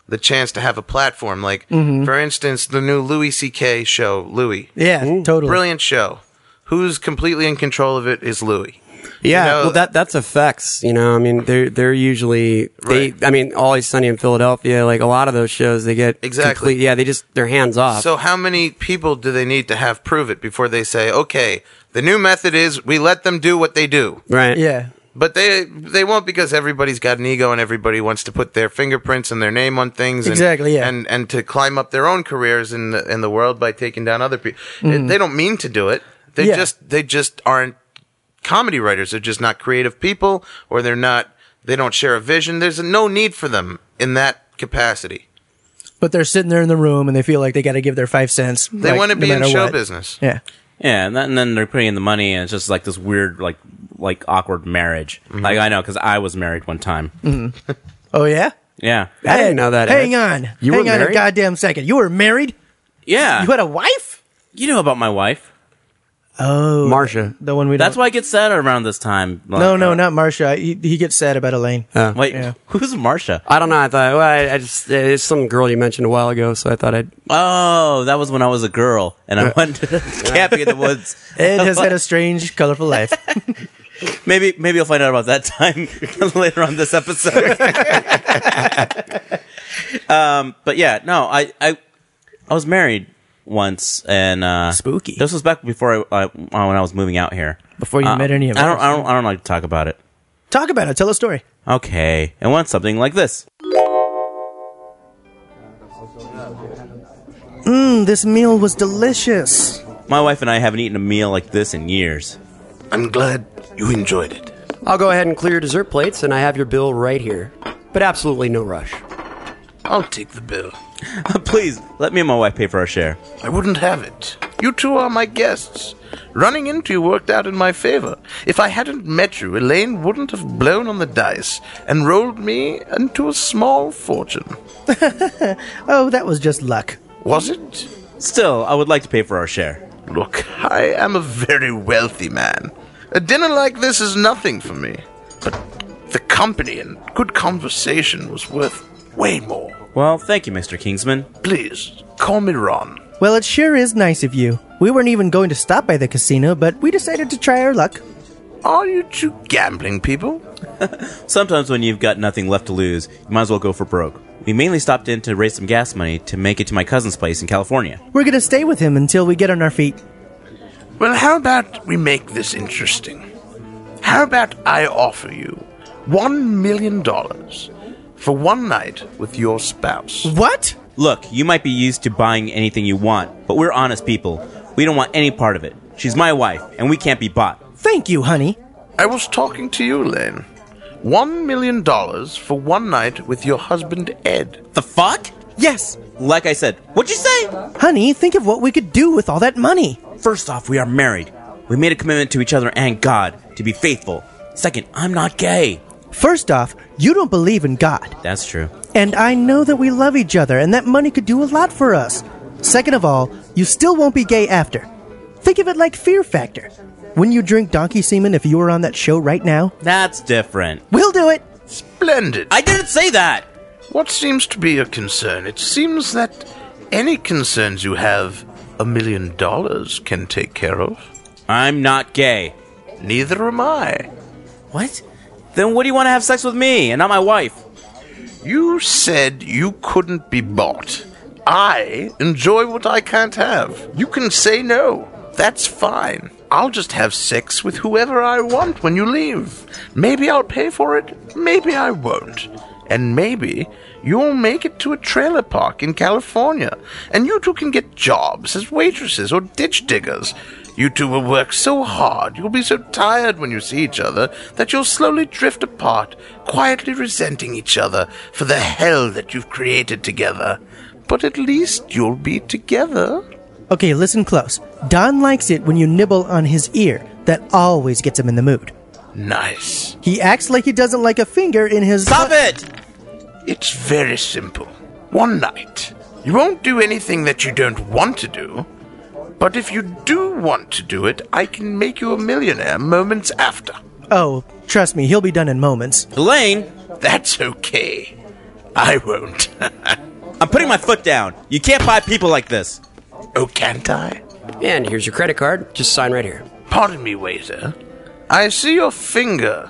E: the chance to have a platform. Like, for instance, the new Louis C.K. show, Louis.
B: yeah,
D: Mm.
B: totally.
E: Brilliant show. Who's completely in control of it is Louis.
D: Yeah,
E: You know-
D: well, that that's effects. You know, I mean, they're they're usually they.
E: Right.
D: I mean, Always Sunny in Philadelphia, like a lot of those shows, they get
E: Exactly.
D: complete- yeah, they just they're hands off.
E: So, how many people do they need to have prove it before they say, okay, the new method is we let them do what they do?
D: right.
B: yeah,
E: But they they won't because everybody's got an ego and everybody wants to put their fingerprints and their name on things. And,
B: Exactly, yeah.
E: And and to climb up their own careers in the in the world by taking down other people. They don't mean to do it. They
B: Mm. Yeah.
E: just they just aren't comedy writers. They're just not creative people, or they're not. They don't share a vision. There's no need for them in that capacity.
B: but they're sitting there in the room and they feel like they got to give their five cents.
E: They want to be in show business.
B: Yeah.
A: Yeah, and, that, and then they're putting in the money, and it's just like this weird, like, like awkward marriage.
E: Mm-hmm.
A: Like I know because I was married one time.
B: Oh yeah.
A: Yeah,
D: I didn't know that.
B: Hang
D: Ed.
B: on.
D: You
B: Hang
D: were
B: on a
D: married?
B: goddamn second. You were married.
A: yeah.
B: You had a wife.
A: You know about my wife.
D: Marcia.
B: Oh. The one we.
A: That's
B: don't-
A: why I get sad around this time. Like,
B: No, no,
A: uh,
B: not Marsha. He, he gets sad about Elaine.
A: Wait,
B: Yeah.
A: who's Marsha?
D: I don't know. I thought well, I, I just it's some girl you mentioned a while ago, so I thought I'd.
A: Oh, that was when I was a girl and I went to camping in the woods.
B: Ed has had a strange, colorful life.
A: Maybe, maybe you'll find out about that time later on this episode. um, but yeah, no, I, I, I was married once and uh,
B: Spooky.
A: This was back before I, I when I was moving out here.
B: Before you
A: Uh,
B: met any of
A: I don't,
B: us.
A: I don't, I don't like to talk about it.
B: Talk about it. Tell a story.
A: Okay, I want something like this.
B: Mm, this meal was delicious.
A: My wife and I haven't eaten a meal like this in years.
E: I'm glad you enjoyed it.
D: I'll go ahead and clear your dessert plates, and I have your bill right here. But absolutely no rush.
E: I'll take the bill.
A: Please let me and my wife pay for our share.
E: I wouldn't have it. You two are my guests. Running into you worked out in my favor. If I hadn't met you, Elaine wouldn't have blown on the dice and rolled me into a small fortune.
B: Oh, that was just luck.
E: Was it?
A: Still, I would like to pay for our share.
E: Look, I am a very wealthy man. A dinner like this is nothing for me. But the company and good conversation was worth way more.
A: Well, thank you, Mr. Kingsman.
E: Please, call me Ron.
B: Well, it sure is nice of you. We weren't even going to stop by the casino, but we decided to try our luck.
E: Are you two gambling people?
A: Sometimes when you've got nothing left to lose, you might as well go for broke. We mainly stopped in to raise some gas money to make it to my cousin's place in California.
B: We're gonna stay with him until we get on our feet.
E: Well, how about we make this interesting? How about I offer you one million dollars for one night with your spouse?
B: What?
A: Look, you might be used to buying anything you want, but we're honest people. We don't want any part of it. She's my wife, and we can't be bought.
B: Thank you, honey.
E: I was talking to you, Lane. One million dollars for one night with your husband, Ed.
A: The fuck?
B: Yes.
A: Like I said, what'd you say?
B: Honey, think of what we could do with all that money.
A: First off, we are married. We made a commitment to each other and God to be faithful. Second, I'm not gay.
B: First off, you don't believe in God.
A: That's true.
B: And I know that we love each other, and that money could do a lot for us. Second of all, you still won't be gay after. Think of it like Fear Factor. Wouldn't you drink donkey semen if you were on that show right now?
A: That's different.
B: We'll do it.
E: Splendid.
A: I didn't say that!
E: What seems to be your concern? It seems that any concerns you have, a million dollars can take care of.
A: I'm not gay.
E: Neither am I.
A: What? Then what do you want to have sex with me and not my wife?
E: You said you couldn't be bought. I enjoy what I can't have. You can say no. That's fine. I'll just have sex with whoever I want when you leave. Maybe I'll pay for it, maybe I won't. And maybe you'll make it to a trailer park in California, and you two can get jobs as waitresses or ditch diggers. You two will work so hard, you'll be so tired when you see each other that you'll slowly drift apart, quietly resenting each other for the hell that you've created together. But at least you'll be together.
B: Okay, listen close. Don likes it when you nibble on his ear. That always gets him in the mood.
E: Nice.
B: He acts like he doesn't like a finger in his.
A: Stop it!
E: It's very simple. One night. You won't do anything that you don't want to do. But if you do want to do it, I can make you a millionaire moments after.
B: Oh, trust me, he'll be done in moments.
A: Elaine,
E: That's okay. I won't.
A: I'm putting my foot down. You can't buy people like this.
E: oh, can't I?
D: And here's your credit card. Just sign right here.
E: Pardon me, waiter. I see your finger.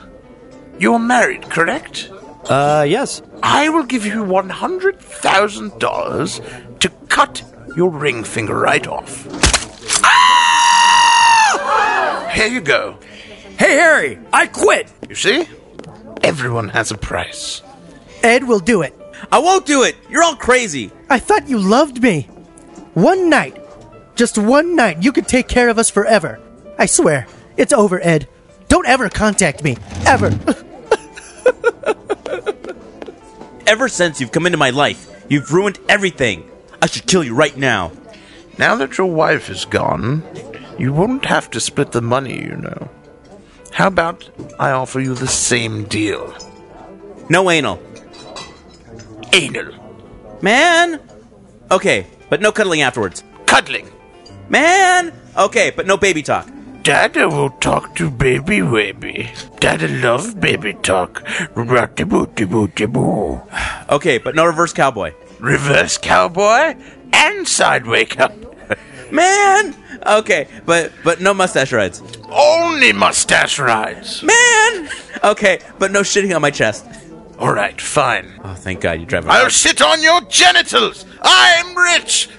E: You're married, correct?
D: Uh, yes.
E: I will give you $100,000 to cut your ring finger right off. Ah! Here you go.
D: Hey, Harry, I quit.
E: You see? Everyone has a price.
B: Ed will do it.
A: I won't do it. You're all crazy.
B: I thought you loved me. One night, just one night, you could take care of us forever. I swear, it's over, Ed. Don't ever contact me. Ever.
A: Ever since you've come into my life, you've ruined everything. I should kill you right now.
E: Now that your wife is gone, you won't have to split the money, you know. How about I offer you the same deal?
A: No anal.
E: Anal.
A: Man! Okay, but no cuddling afterwards.
E: Cuddling.
A: Man! Okay, but no baby talk.
E: Dada will talk to baby baby. Dada loves baby talk. Rock-a-boo-dee-boo-dee-boo.
A: Okay, but no reverse cowboy.
E: Reverse cowboy and sideway cowboy.
A: Man! Okay, but but no mustache rides.
E: Only mustache rides.
A: Man! Okay, but no shitting on my chest.
E: All right, fine.
A: Oh, thank God you drive a
E: I'll sit on your genitals. I'm rich.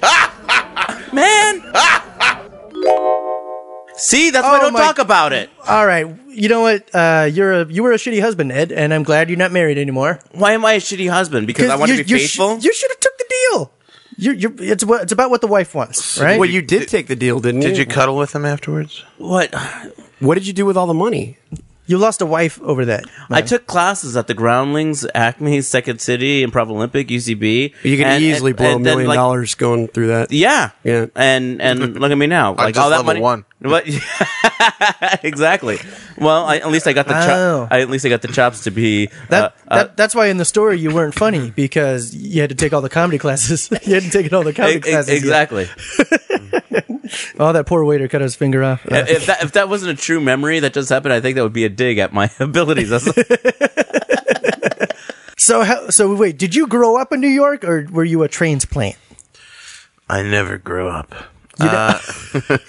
A: Man! See, that's why I
B: Oh
A: don't
B: my-
A: talk about it.
B: All right, you know what? Uh, you're a you were a shitty husband, Ed, and I'm glad you're not married anymore.
A: Why am I a shitty husband? Because I want
B: you-
A: to be
B: you sh-
A: faithful?
B: you should have took the deal. You, you, it's what it's about what the wife wants, right?
D: Well, you did take the deal, didn't you?
E: cuddle with him afterwards?
A: what?
D: What did you do with all the money?
B: You lost a wife over that.
A: I took classes at the Groundlings, Acme, Second City, Improv Olympic, UCB.
D: You can
A: and-
D: easily
A: and-
D: blow
A: and
D: a
A: then,
D: million
A: like,
D: dollars going through that.
A: Yeah,
D: Yeah.
A: and and look at me now, like
F: just
A: all that
F: level
A: money.
F: one.
A: What? exactly. Well, I, at least I got the.
B: Oh.
A: Cho- I, at least I got the chops to be.
B: That,
A: uh, uh,
B: that that's why in the story you weren't funny because you had to take all the comedy classes. you hadn't taken all the comedy
A: e- e-
B: classes. yet.
A: exactly.
B: Oh, that poor waiter cut his finger off. Uh,
A: if, that, if that wasn't a true memory that just happened, I think that would be a dig at my abilities. That's
B: so how, so wait, did you grow up in New York or were you a transplant?
F: I never grew up. Uh,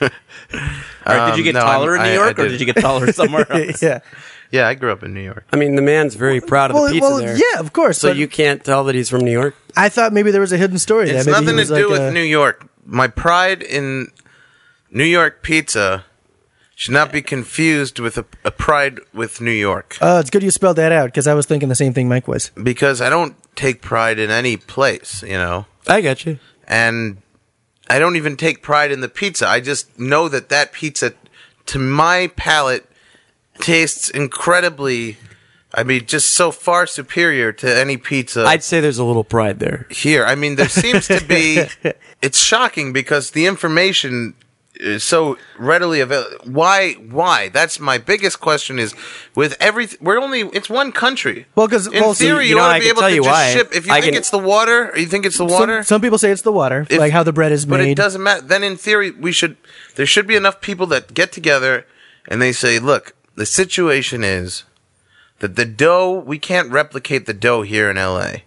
A: Or did you get
F: Um, no,
A: taller in
F: I'm-
A: New
F: I-
A: York,
F: I
A: or
F: did.
A: did you get taller somewhere else?
B: Yeah.
F: Yeah, I grew up in New York.
D: I mean, the man's very proud of
B: Well,
D: the pizza
B: well,
D: there.
B: yeah, of course.
D: So
B: but
D: you can't tell that he's from New York.
B: I thought maybe there was a hidden story.
F: It's
B: there. Maybe he
F: nothing to
B: was
F: do
B: like
F: with
B: a-
F: New York. My pride in New York pizza should not be confused with a, a pride with New York
B: Oh, it's good you spelled that out because I was thinking the same thing Mike was.
F: because I don't take pride in any place, you know,
D: I got you.
F: and I don't even take pride in the pizza. I just know that that pizza, to my palate, tastes incredibly. I mean, just so far superior to any pizza.
D: I'd say there's a little pride there.
F: here. I mean, there seems to be. it's shocking because the information is so readily available. Why? Why? That's my biggest question. Is with every we're only it's one country.
B: Well, 'cause-
F: in
B: well, so
F: theory,
D: you
F: you,
D: know,
F: ought
D: I
F: to be
D: can
F: able
D: tell
F: to
D: you
F: just
D: why.
F: ship. If you
D: I
F: think
D: can-
F: it's the water, or you think it's the water.
B: Some, some people say it's the water,
F: If-
B: like how the bread is
F: But
B: made.
F: it doesn't matter. Then in theory, we should there should be enough people that get together and they say, "Look, the situation is that the dough we can't replicate the dough here in L.A."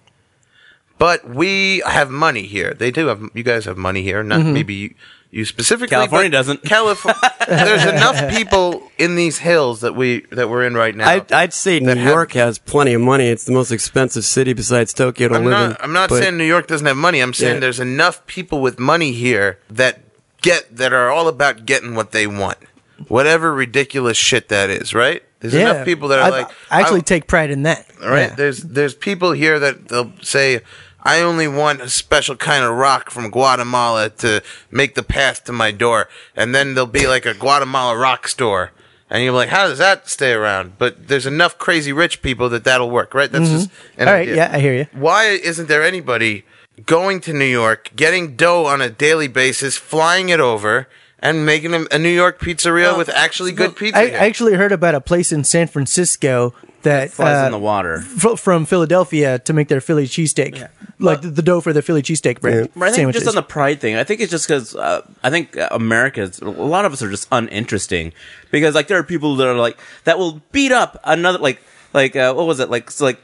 F: But we have money here. They do have. You guys have money here. Not
B: Mm-hmm.
F: maybe you, you specifically.
A: California
F: but
A: doesn't.
F: California. there's enough people in these hills that we that we're in right now.
D: I, I'd say New
F: have-
D: York has plenty of money. It's the most expensive city besides Tokyo to
F: I'm
D: live
F: not.
D: in.
F: I'm not
D: but-
F: saying New York doesn't have money. I'm saying
D: Yeah.
F: there's enough people with money here that get that are all about getting what they want, whatever ridiculous shit that is. Right? There's
B: yeah.
F: enough people that are
B: I,
F: like
B: I actually
F: I-
B: take pride in that.
F: right?
B: Yeah.
F: There's there's people here that they'll say, I only want a special kind of rock from Guatemala to make the path to my door, and then there'll be like a Guatemala rock store, and you're like, how does that stay around? But there's enough crazy rich people that that'll work, right? That's just an
B: Mm-hmm. All right, yeah, I hear you.
F: Why isn't there anybody going to New York, getting dough on a daily basis, flying it over? And making a, a New York pizzeria with actually good pizza.
B: I,
F: here?
B: I actually heard about a place in San Francisco that
A: Flies
B: uh,
A: in the water.
B: fr- from Philadelphia to make their Philly cheesesteak, like the, the dough for the Philly cheesesteak bread
A: But I think
B: sandwiches.
A: just on the pride thing, I think it's just because uh, I think uh, America, is- a lot of us are just uninteresting because like there are people that are like that will beat up another like like uh, what was it like so, like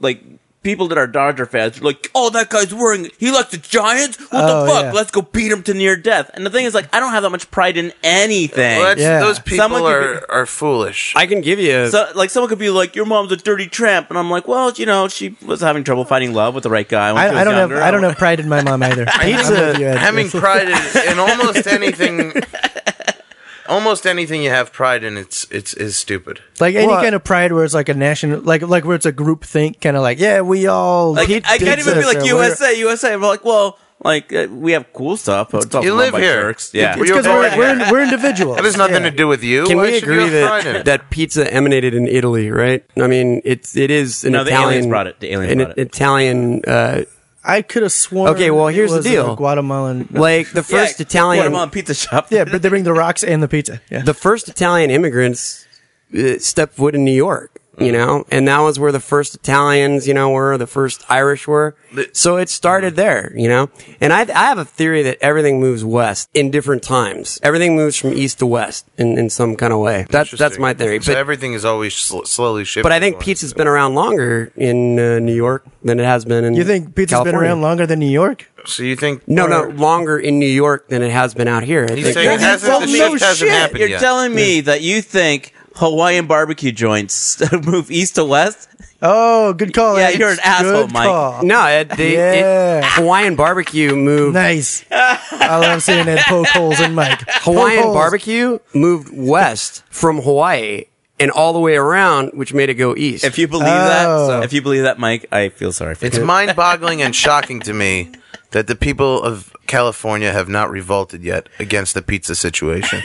A: like people that are Dodger fans like oh that guy's wearing he likes the Giants what
B: Oh,
A: the fuck
B: yeah.
A: let's go beat him to near death and the thing is like I don't have that much pride in anything.
F: Well, that's,
B: Yeah.
F: Those
A: Someone
F: people
A: could
F: are, are foolish.
D: I can give you. A,
A: So, like, someone could be like, "Your mom's a dirty tramp," and I'm like, "Well, you know, she was having trouble finding love with the right guy." When she
B: I,
A: was
B: I don't have
A: younger.
B: I don't have pride in my mom either.
D: Pizza-
F: having pride in, in almost anything almost anything you have pride in it's it's is stupid
B: like any
D: Well,
B: kind of pride where it's like a national, like like where it's a group think, kind of like yeah, we all
A: Like,
B: did
A: I can't even be
B: this, or
A: like
B: we're-
A: USA, USA. I'm like, well, like uh, we have cool stuff, but it's all
F: You
A: run
F: live
A: by
F: here.
A: jerks. Yeah,
F: You-
B: It's because
F: You're
B: we're,
F: born
B: we're,
F: here.
B: we're individuals.
F: that has nothing
B: Yeah.
F: to do with you
D: can
F: Why
D: we
F: should you
D: agree
F: have pride in
D: that
F: it?
D: that pizza emanated in Italy, right? I mean, it's it is an
A: No, the aliens
D: Italian.
A: brought it. The aliens
D: an
A: brought it.
D: Italian. Uh,
B: I could have sworn.
D: Okay, well, here's
B: it
D: the
B: was
D: deal.
B: a Guatemalan.
D: like the first
A: yeah,
D: Italian.
A: Guatemalan pizza shop.
B: yeah, but they bring the rocks and the pizza. Yeah.
D: the first Italian immigrants uh, stepped foot in New York,
F: Mm.
D: you know, and that was where the first Italians, you know, were, the first Irish were. So it started
F: Mm-hmm.
D: there, you know, and I, I have a theory that everything moves west in different times. Everything moves from east to west in, in some kind of way. That's, that's
F: Interesting.
D: my theory.
F: so
D: But,
F: everything is always sl- slowly shifting
D: but I think
F: going.
D: pizza's been around longer in uh, New York than it has been in
B: you think pizza's
D: California.
B: been around longer than New York?
F: so you think
D: No, no,
F: or-
D: longer in New York than it has been out here. I
F: He's
D: think-
F: saying it hasn't,
B: well,
F: the
B: no
F: shift hasn't
B: shit.
F: happened
A: You're
F: yet.
A: telling me that you think Hawaiian barbecue joints move east to west?
B: Oh, good call.
A: Yeah,
B: Ed.
A: you're an asshole,
B: Good
A: Mike.
B: call.
D: no, it, they,
B: Yeah.
D: it, Hawaiian barbecue moved
B: Nice. I love seeing Ed poke holes in Mike.
D: Hawaiian
B: Poke holes.
D: barbecue moved west from Hawaii and all the way around, which made it go east.
A: If you believe
B: Oh.
A: that, if you believe that, Mike, I feel sorry for
F: it's
A: you.
F: mind-boggling and shocking to me that the people of California have not revolted yet against the pizza situation.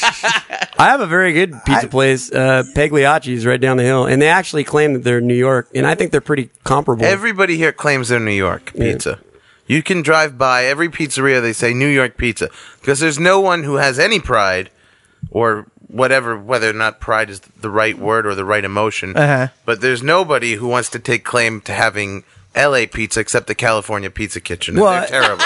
D: I have a very good pizza place, uh, Pagliacci's, right down the hill, and they actually claim that they're New York, and I think they're pretty comparable.
F: Everybody here claims they're New York pizza. You can drive by every pizzeria, they say New York pizza. Because there's no one who has any pride or whatever, whether or not pride is the right word or the right emotion.
B: Uh-huh.
F: But there's nobody who wants to take claim to having LA pizza except the California Pizza Kitchen. And
D: Well,
F: they're terrible.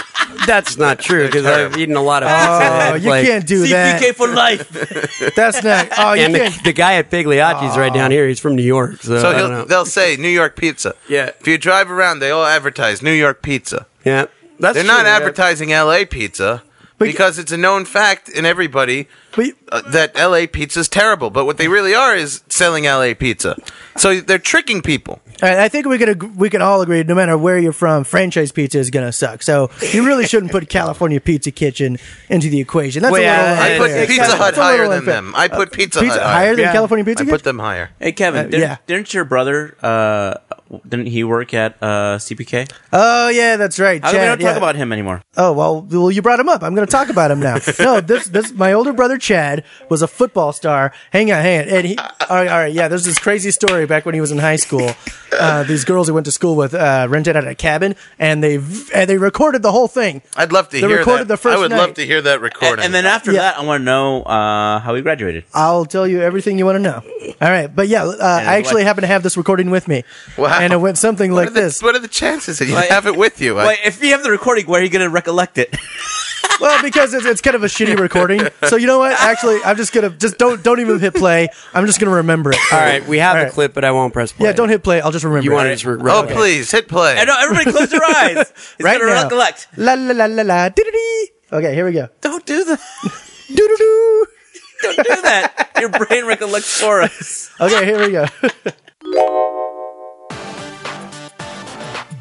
D: That's not true because I've
F: terrible.
D: eaten a lot of pizza.
B: Oh, you
D: like-
B: can't do
A: CPK
B: that.
A: for life.
B: That's not. Oh, you
D: And
B: can't. Oh.
D: the, the guy at Pagliacci's right down here, he's from New York, so, I
F: So
D: don't
F: he'll,
D: know.
F: they'll say New York pizza.
D: Yeah.
F: If you drive around, they all advertise New York pizza.
D: yeah, that's
F: They're
D: true,
F: not
D: yeah.
F: advertising LA pizza
B: But-
F: because it's a known fact in everybody
B: But-
F: uh, that LA pizza is terrible. But what they really are is selling LA pizza. So they're tricking people.
B: All right, I think we could ag- we can all agree, no matter where you're from, franchise pizza is gonna suck. So you really shouldn't put California Pizza Kitchen into the equation. That's
D: Well,
B: a
D: yeah,
B: little.
D: I
F: I
B: unfair.
F: put
D: yeah.
F: Pizza
B: That's a
F: Hut
B: little
F: higher than
B: unfair. Uh,
F: them. I put Pizza,
B: Pizza
F: Hut
B: higher than
D: Yeah.
B: California Pizza
F: I
B: Kitchen.
F: put them higher.
A: Hey Kevin,
B: Uh,
A: didn't,
B: yeah.
A: didn't your brother uh, didn't he work at uh, CPK?
B: oh yeah, that's right.
A: How come we
B: Chad,
A: don't
B: yeah.
A: talk about him anymore?
B: Oh well, well you brought him up. I'm going to talk about him now. no, this this my older brother Chad was a football star. Hang on, hang on. And he, all right, all right, yeah. There's this crazy story back when he was in high school. Uh, these girls he went to school with uh, rented out a cabin, and they v- and they recorded the whole thing.
F: I'd love to
B: They
F: hear
B: recorded
F: that.
B: the first
F: I would
B: night.
F: love to hear that recording.
A: And, and then after
B: Yeah.
A: that, I want to know uh, how he graduated.
B: I'll tell you everything you want to know. All right, but yeah, uh, I actually
A: what-
B: happen to have this recording with me,
F: Wow.
B: and it went something
F: what,
B: like
F: are the,
B: this.
F: what are the chances that you
A: Like-
F: have it with you? I-
A: Wait, if you have the recording, where are you going to recollect it?
B: Well, because it's, it's kind of a shitty recording. So you know what? Actually, I'm just gonna just don't don't even hit play. I'm just gonna remember it.
D: All right, we have
B: All
D: the
B: right.
D: clip, but I won't press play.
B: Yeah, don't hit play. I'll just remember.
D: You
B: it.
D: want to just re-
F: oh,
D: okay.
F: please, hit play.
A: I know everybody close their eyes. It's
B: right
A: going to
B: now.
A: recollect.
B: La la la la la. Dee-dee-dee. Okay, here we go.
A: Don't do that.
B: Doo doo doo.
A: Don't do that. Your brain recollects for us.
B: Okay, here we go.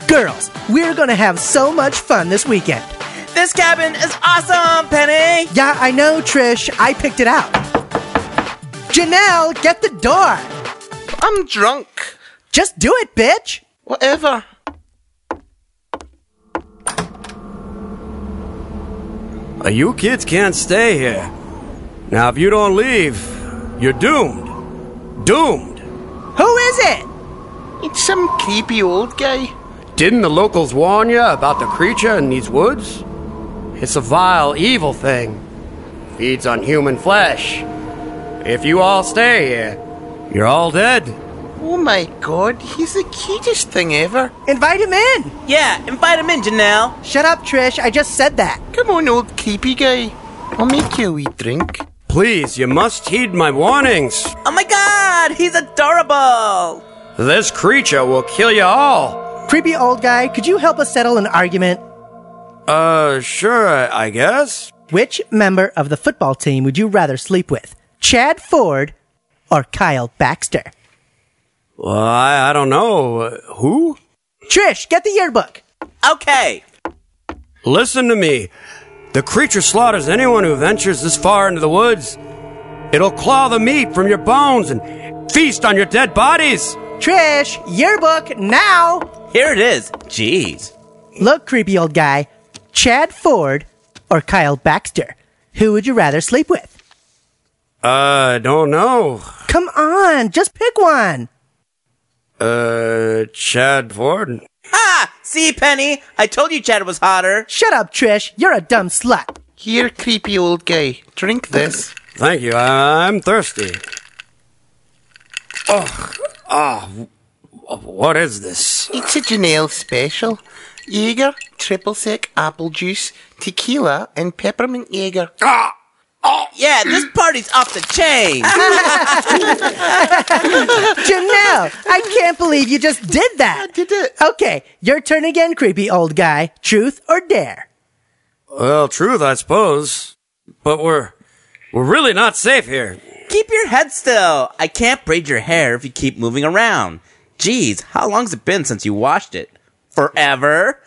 B: Girls, we're gonna have so much fun this weekend.
A: This cabin is awesome, Penny.
B: Yeah, I know, Trish. I picked it out. Janelle, get the door.
F: I'm drunk.
B: Just do it, bitch.
F: Whatever.
D: Uh, You kids can't stay here. Now, if you don't leave, you're doomed. Doomed.
B: Who is it?
F: It's some creepy old guy.
D: Didn't the locals warn you about the creature in these woods? It's a vile, evil thing. Feeds on human flesh. If you all stay here, you're all dead.
F: Oh my god, he's the cutest thing ever.
B: Invite him in.
A: Yeah, invite him in, Janelle.
B: Shut up, Trish. I just said that.
F: Come on, old creepy guy. I'll make you a wee drink.
D: Please, you must heed my warnings.
A: Oh my God, he's adorable.
D: This creature will kill you all.
B: Creepy old guy, could you help us settle an argument?
D: Uh, sure, I guess.
B: Which member of the football team would you rather sleep with? Chad Ford or Kyle Baxter?
D: Well, I, I don't know. Uh, Who?
B: Trish, get the yearbook.
A: Okay.
D: Listen to me. The creature slaughters anyone who ventures this far into the woods. It'll claw the meat from your bones and feast on your dead bodies.
B: Trish, yearbook now.
A: Here it is. Jeez.
B: Look, creepy old guy, Chad Ford or Kyle Baxter? Who would you rather sleep with?
D: Uh, don't know.
B: Come on, just pick one.
D: Uh, Chad Ford.
A: Ah, see, Penny, I told you Chad was hotter.
B: Shut up, Trish. You're a dumb slut.
F: Here, creepy old guy. Drink this.
D: Thank you. I- I'm thirsty. Oh, oh, what is this?
F: It's a Janelle special. Jaeger, triple sec apple juice, tequila, and peppermint Jaeger.
A: Yeah, this party's off the chain.
B: Janelle, I can't believe you just did that.
F: I did it.
B: Okay, your turn again, creepy old guy. Truth or dare?
D: Well, truth, I suppose. But we're, we're really not safe here.
A: keep your head still. I can't braid your hair if you keep moving around. Jeez, how long's it been since you washed it? Forever?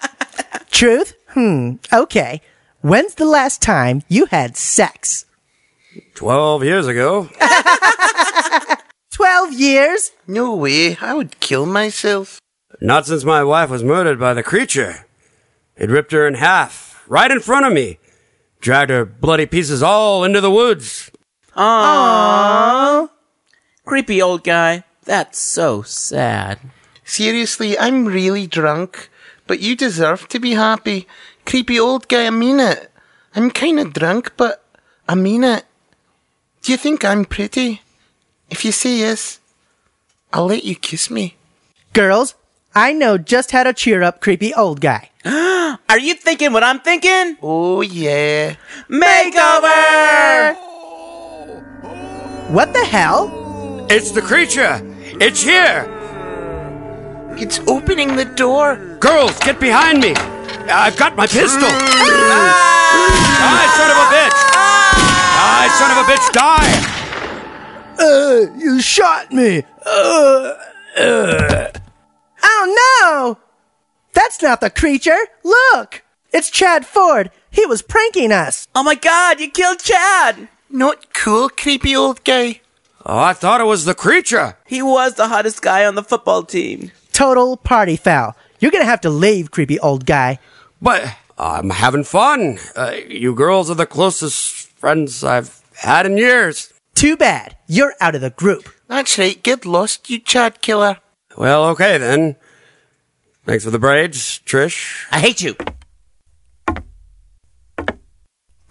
B: Truth? Hmm, okay. When's the last time you had sex?
D: Twelve years ago.
B: 12 years?
F: No way, I would kill myself.
D: Not since my wife was murdered by the creature. It ripped her in half, right in front of me. Dragged her bloody pieces all into the woods.
A: Creepy old guy. That's so sad.
F: Seriously, I'm really drunk, but you deserve to be happy. Creepy old guy, I mean it. I'm kinda drunk, but I mean it. Do you think I'm pretty? If you say yes, I'll let you kiss me.
B: Girls, I know just how to cheer up creepy old guy.
A: Are you thinking what I'm thinking?
F: Oh yeah.
A: Makeover!
B: What the hell?
D: It's the creature! It's here!
F: It's opening the door.
D: Girls, get behind me! I've got my pistol! Die, son of a bitch! Die, son of a bitch, die!
B: Uh, you shot me. Uh, uh. Oh no! That's not the creature. Look, it's Chad Ford. He was pranking us.
A: Oh my god, you killed Chad!
F: Not cool, creepy old guy.
D: Oh, I thought it was the creature!
A: He was the hottest guy on the football team.
B: Total party foul. You're gonna have to leave, creepy old guy.
D: But I'm having fun. Uh, you girls are the closest friends I've had in years.
B: Too bad. You're out of the group.
F: That's right, get lost, you chad killer.
D: Well, okay then. Thanks for the braids, Trish.
A: I hate you.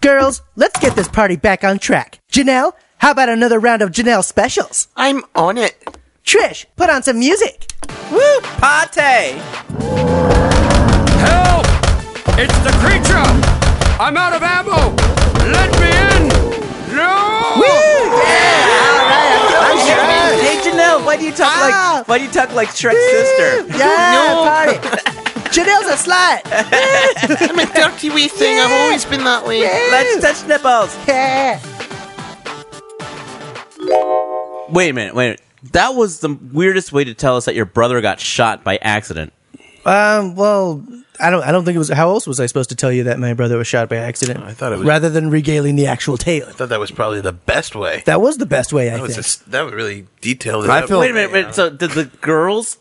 B: Girls, let's get this party back on track. Janelle, how about another round of Janelle specials?
F: I'm on it.
B: Trish, put on some music.
A: Woo, party!
D: Help! It's the creature! I'm out of ammo! Let me in! No!
A: Hey Janelle, why do you talk
B: Ah!
A: like why do you talk like Shrek's sister?
B: Yeah, party. Janelle's a slut.
F: I'm a dirty wee thing. I've always been that way.
A: Let's touch nipples.
B: Yeah.
A: Wait a minute, wait a minute. That was the weirdest way to tell us that your brother got shot by accident.
B: Um. Well, I don't. I don't think it was. How else was I supposed to tell you that my brother was shot by accident? I
F: thought it was-
B: Rather than regaling the actual tale,
F: thought that was probably the best way.
B: that was the best way. I think.
F: that was really detailed.
D: I feel-
A: Wait a minute, wait, so did the girls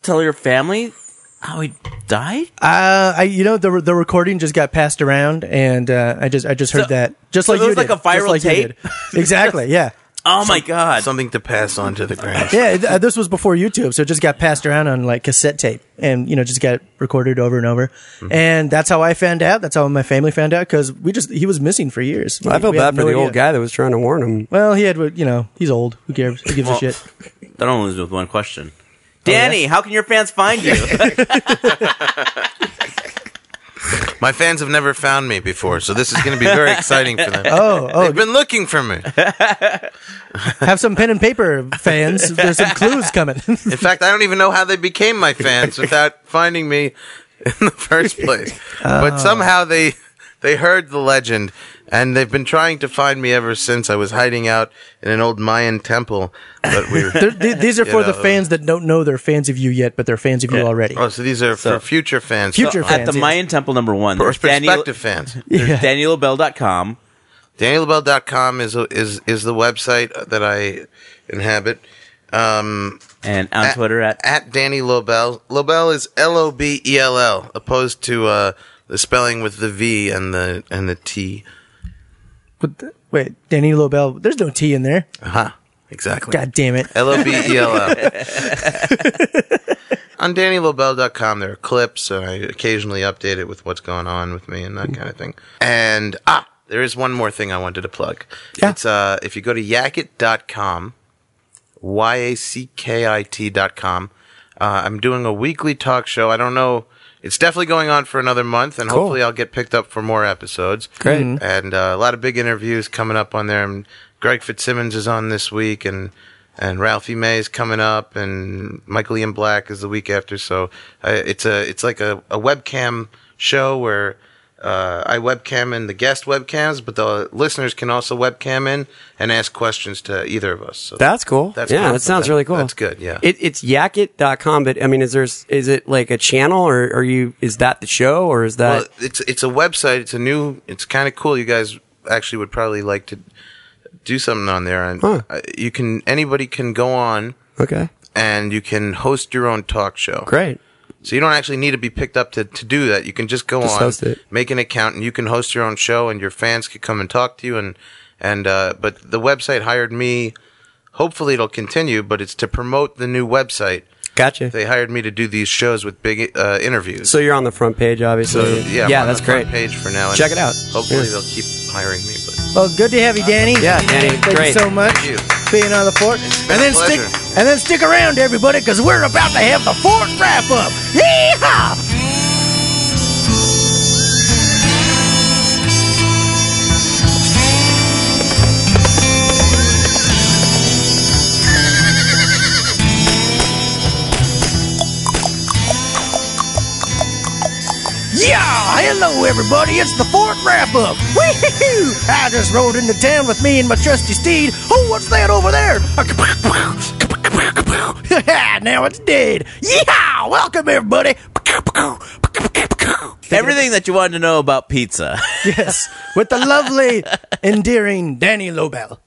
A: tell your family how he died?
B: Uh, I. You know, the re- the recording just got passed around, and uh, I just I just heard
A: So-
B: that. Just
A: so
B: like
A: it
B: you
A: was like
B: did,
A: a viral
B: just like you
A: tape?
B: did. exactly. Yeah.
A: Oh my god.
F: something to pass on to the ground.
B: Yeah. It, uh, this was before YouTube, so it just got passed around on like cassette tape, and you know, just got recorded over and over.
D: Mm-hmm.
B: And that's how I found out. That's how my family found out because we just he was missing for years.
D: I feel
B: We had
D: bad for
B: no
D: the
B: idea.
D: old guy that was trying to warn him.
B: Well, he had, you know, he's old. Who cares? Who gives
A: Well,
B: a shit?
A: That only leaves me with one question.
B: Oh,
A: Danny, how can your fans find you?
F: My fans have never found me before, so this is going to be very exciting for them.
B: Oh, oh,
F: They've been looking for me.
B: have some pen and paper, fans. There's some clues coming.
F: In fact, I don't even know how they became my fans without finding me in the first place. But somehow they they heard the legend and they've been trying to find me ever since. I was hiding out in an old Mayan temple, but we
B: They're-
F: were
B: th- these are for
F: know,
D: uh,
B: the fans that don't know they're fans of you yet, but they're fans of you already.
F: Oh, so these are
A: So-
F: for future fans.
B: Future
F: So-
A: At
B: fans.
A: the
B: yes.
A: Mayan Temple number one.
F: or
A: There's Daniel,
F: prospective fans.
A: there's
B: Yeah.
A: DanielBell.com.
F: DanielBell.com is is is the website that I inhabit. Um,
A: And on Twitter at
F: at Danny Lobel. Lobel is L O B E L L, opposed to uh, the spelling with the V and the and the T.
B: What the- wait, Danny Lobel. There's no T in there.
F: Huh? Uh-huh. Exactly.
B: God damn it.
F: L O B E L L. On DannyLobel.com, there are clips, and I occasionally update it with what's going on with me and
B: Mm.
F: that kind of thing. And ah, there is one more thing I wanted to plug.
B: Yeah.
F: It's uh, if you go to yakit.com, y a c k i t dot com. Uh, I'm doing a weekly talk show. I don't know. It's definitely going on for another month, and hopefully I'll get picked up for more episodes.
D: Great.
F: And uh, a lot of big interviews coming up on there. And Greg Fitzsimmons is on this week, and and Ralphie May is coming up, and Michael Ian Black is the week after. So uh, it's a it's like a, a webcam show where uh, I webcam in the guest webcams, but the listeners can also webcam in and ask questions to either of us. So
D: That's cool.
F: That's
D: yeah,
F: cool.
D: that sounds
F: That-
D: really cool.
F: that's good, yeah.
D: It, it's yakit.com, but I mean, is there is it like a channel or are you is that the show or is that
F: Well, it's it's a website. It's a new. It's kind of cool. You guys actually would probably like to do something on there, and
D: Huh.
F: uh, you can anybody can go on
D: okay?
F: and you can host your own talk show.
D: Great.
E: So you don't actually need to be picked up to, to do that. You can just go
D: Just
E: on,
D: host it.
E: make an account, and you can host your own show, and your fans could come and talk to you. And and uh, but the website hired me. Hopefully, it'll continue, but it's to promote the new website.
D: Gotcha.
E: They hired me to do these shows with big uh, interviews.
D: So you're on the front page, obviously.
E: So, yeah, I'm on
D: that's
E: the front
D: great.
E: Page for now. and
D: Check it out.
E: Hopefully,
D: Yeah.
E: they'll keep hiring me. But
B: Well, good to have you, Danny.
D: Yeah, Danny,
B: Thank
D: great.
B: you so much
E: you.
B: being on the fort.
E: been
B: and then
E: a
B: stick
E: pleasure.
B: and then stick around, everybody, because we're about to have the fort wrap up. Yeehaw! Yeah! Hello, everybody. It's the Fort Wrap Up. Wee-hoo-hoo! I just rode into town with me and my trusty steed. Oh, what's that over there? now it's dead. Yeehaw! Welcome, everybody.
A: Everything that you wanted to know about pizza.
B: Yes, with the lovely, endearing Danny Lobel.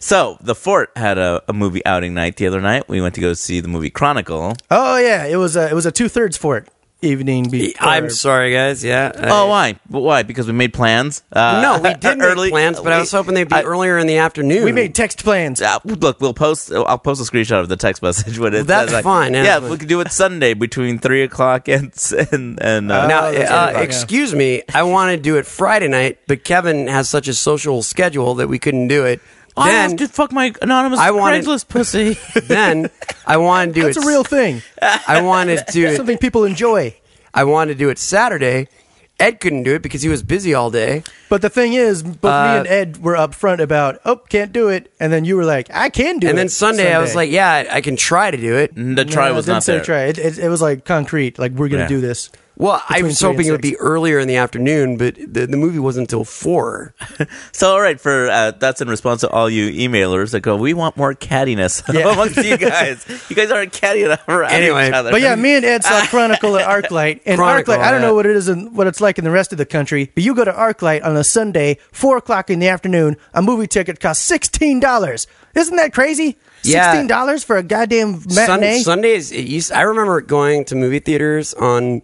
A: so the fort had a, a movie outing night the other night. We went to go see the movie Chronicle.
B: Oh yeah, it was a it was a two thirds fort evening. Be-
D: I'm
B: or-
D: sorry, guys. Yeah.
A: Oh, why? But why? Because we made plans. Uh,
D: no, we did make
A: early-
D: plans, but I
A: we-
D: was hoping they'd be
A: I-
D: earlier in the afternoon.
B: We made text plans.
A: uh, look, we'll post. I'll post a screenshot of the text message when it
D: That's
A: says, like,
D: fine,
A: Yeah,
D: yeah, that's
A: if we
D: fine.
A: could do it Sunday between three o'clock and and and. Uh,
D: Now,
B: Oh, that's
D: uh,
B: right. Yeah.
D: excuse me, I want to do it Friday night, but Kevin has such a social schedule that we couldn't do it.
A: I
D: Then,
A: have to fuck my anonymous
D: I wanted-
A: Craigslist pussy.
D: then I want to do
B: That's
D: it.
B: a real thing.
D: I wanted to do it.
B: Something people enjoy.
D: I wanted to do it Saturday. Ed couldn't do it because he was busy all day.
B: But the thing is, both
D: Uh,
B: me and Ed were upfront about, oh, can't do it, and then you were like, I can do it.
D: And then Sunday, I was like, yeah, I, I can try to do it.
A: the
B: No,
A: try
B: it
A: was
B: didn't
A: not
B: say
A: there.
B: Try. It, it, it was like concrete, like we're gonna
A: Yeah.
B: do this.
D: Well, I
B: Between
D: was
B: three and
D: hoping it would be
B: six.
D: earlier in the afternoon, but the, the movie wasn't until four.
A: So, all right, for uh, that's in response to all you emailers that go, we want more cattiness
B: Yeah.
A: amongst you guys. You guys aren't catty enough around
D: Anyway,
A: each other.
B: But yeah, me and Ed saw Chronicle at ArcLight, and
D: Chronicle,
B: ArcLight. I don't
D: yeah.
B: know what it is and what it's like in the rest of the country, but you go to ArcLight on a Sunday, four o'clock in the afternoon. A movie ticket costs sixteen dollars. Isn't that crazy?
D: Yeah.
B: Sixteen dollars for a goddamn
D: Sun-
B: matinee.
D: Sundays, it used, I remember going to movie theaters on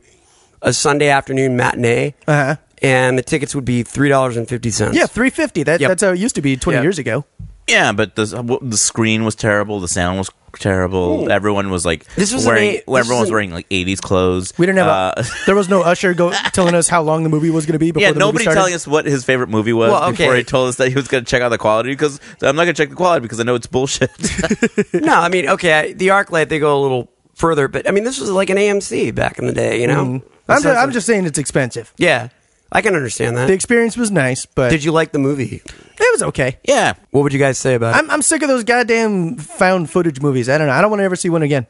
D: a Sunday afternoon matinee,
B: Uh-huh.
D: and the tickets would be three dollars and fifty cents.
B: yeah, three fifty. That,
D: Yep.
B: That's how it used to be twenty
D: Yeah.
B: years ago.
A: yeah, but the uh, w- the screen was terrible. The sound was terrible. Everyone was like
D: This was an
A: wearing
D: eight- this
A: everyone
D: was
A: was
D: an-
A: wearing like eighties clothes.
B: We didn't have.
A: Uh,
B: a, there was no usher go telling us how long the movie was going to be before
A: yeah,
B: the
A: nobody
B: movie started.
A: telling us what his favorite movie was
D: Well,
A: before
D: okay.
A: he told us that he was going to check out the quality because I'm not going to check the quality because I know it's bullshit.
D: no, I mean, okay, I, the ArcLight they go a little further, but I mean, this was like an AMC back in the day, you know.
B: Mm-hmm. I'm,
D: Sense
B: just, I'm
D: of-
B: just saying it's expensive.
D: yeah, I can understand that.
B: The experience was nice, but
D: Did you like the movie?
B: it was okay.
A: yeah,
D: What would you guys say about it?
B: I'm, I'm sick of those goddamn found footage movies. I don't know. I don't want to ever see one again.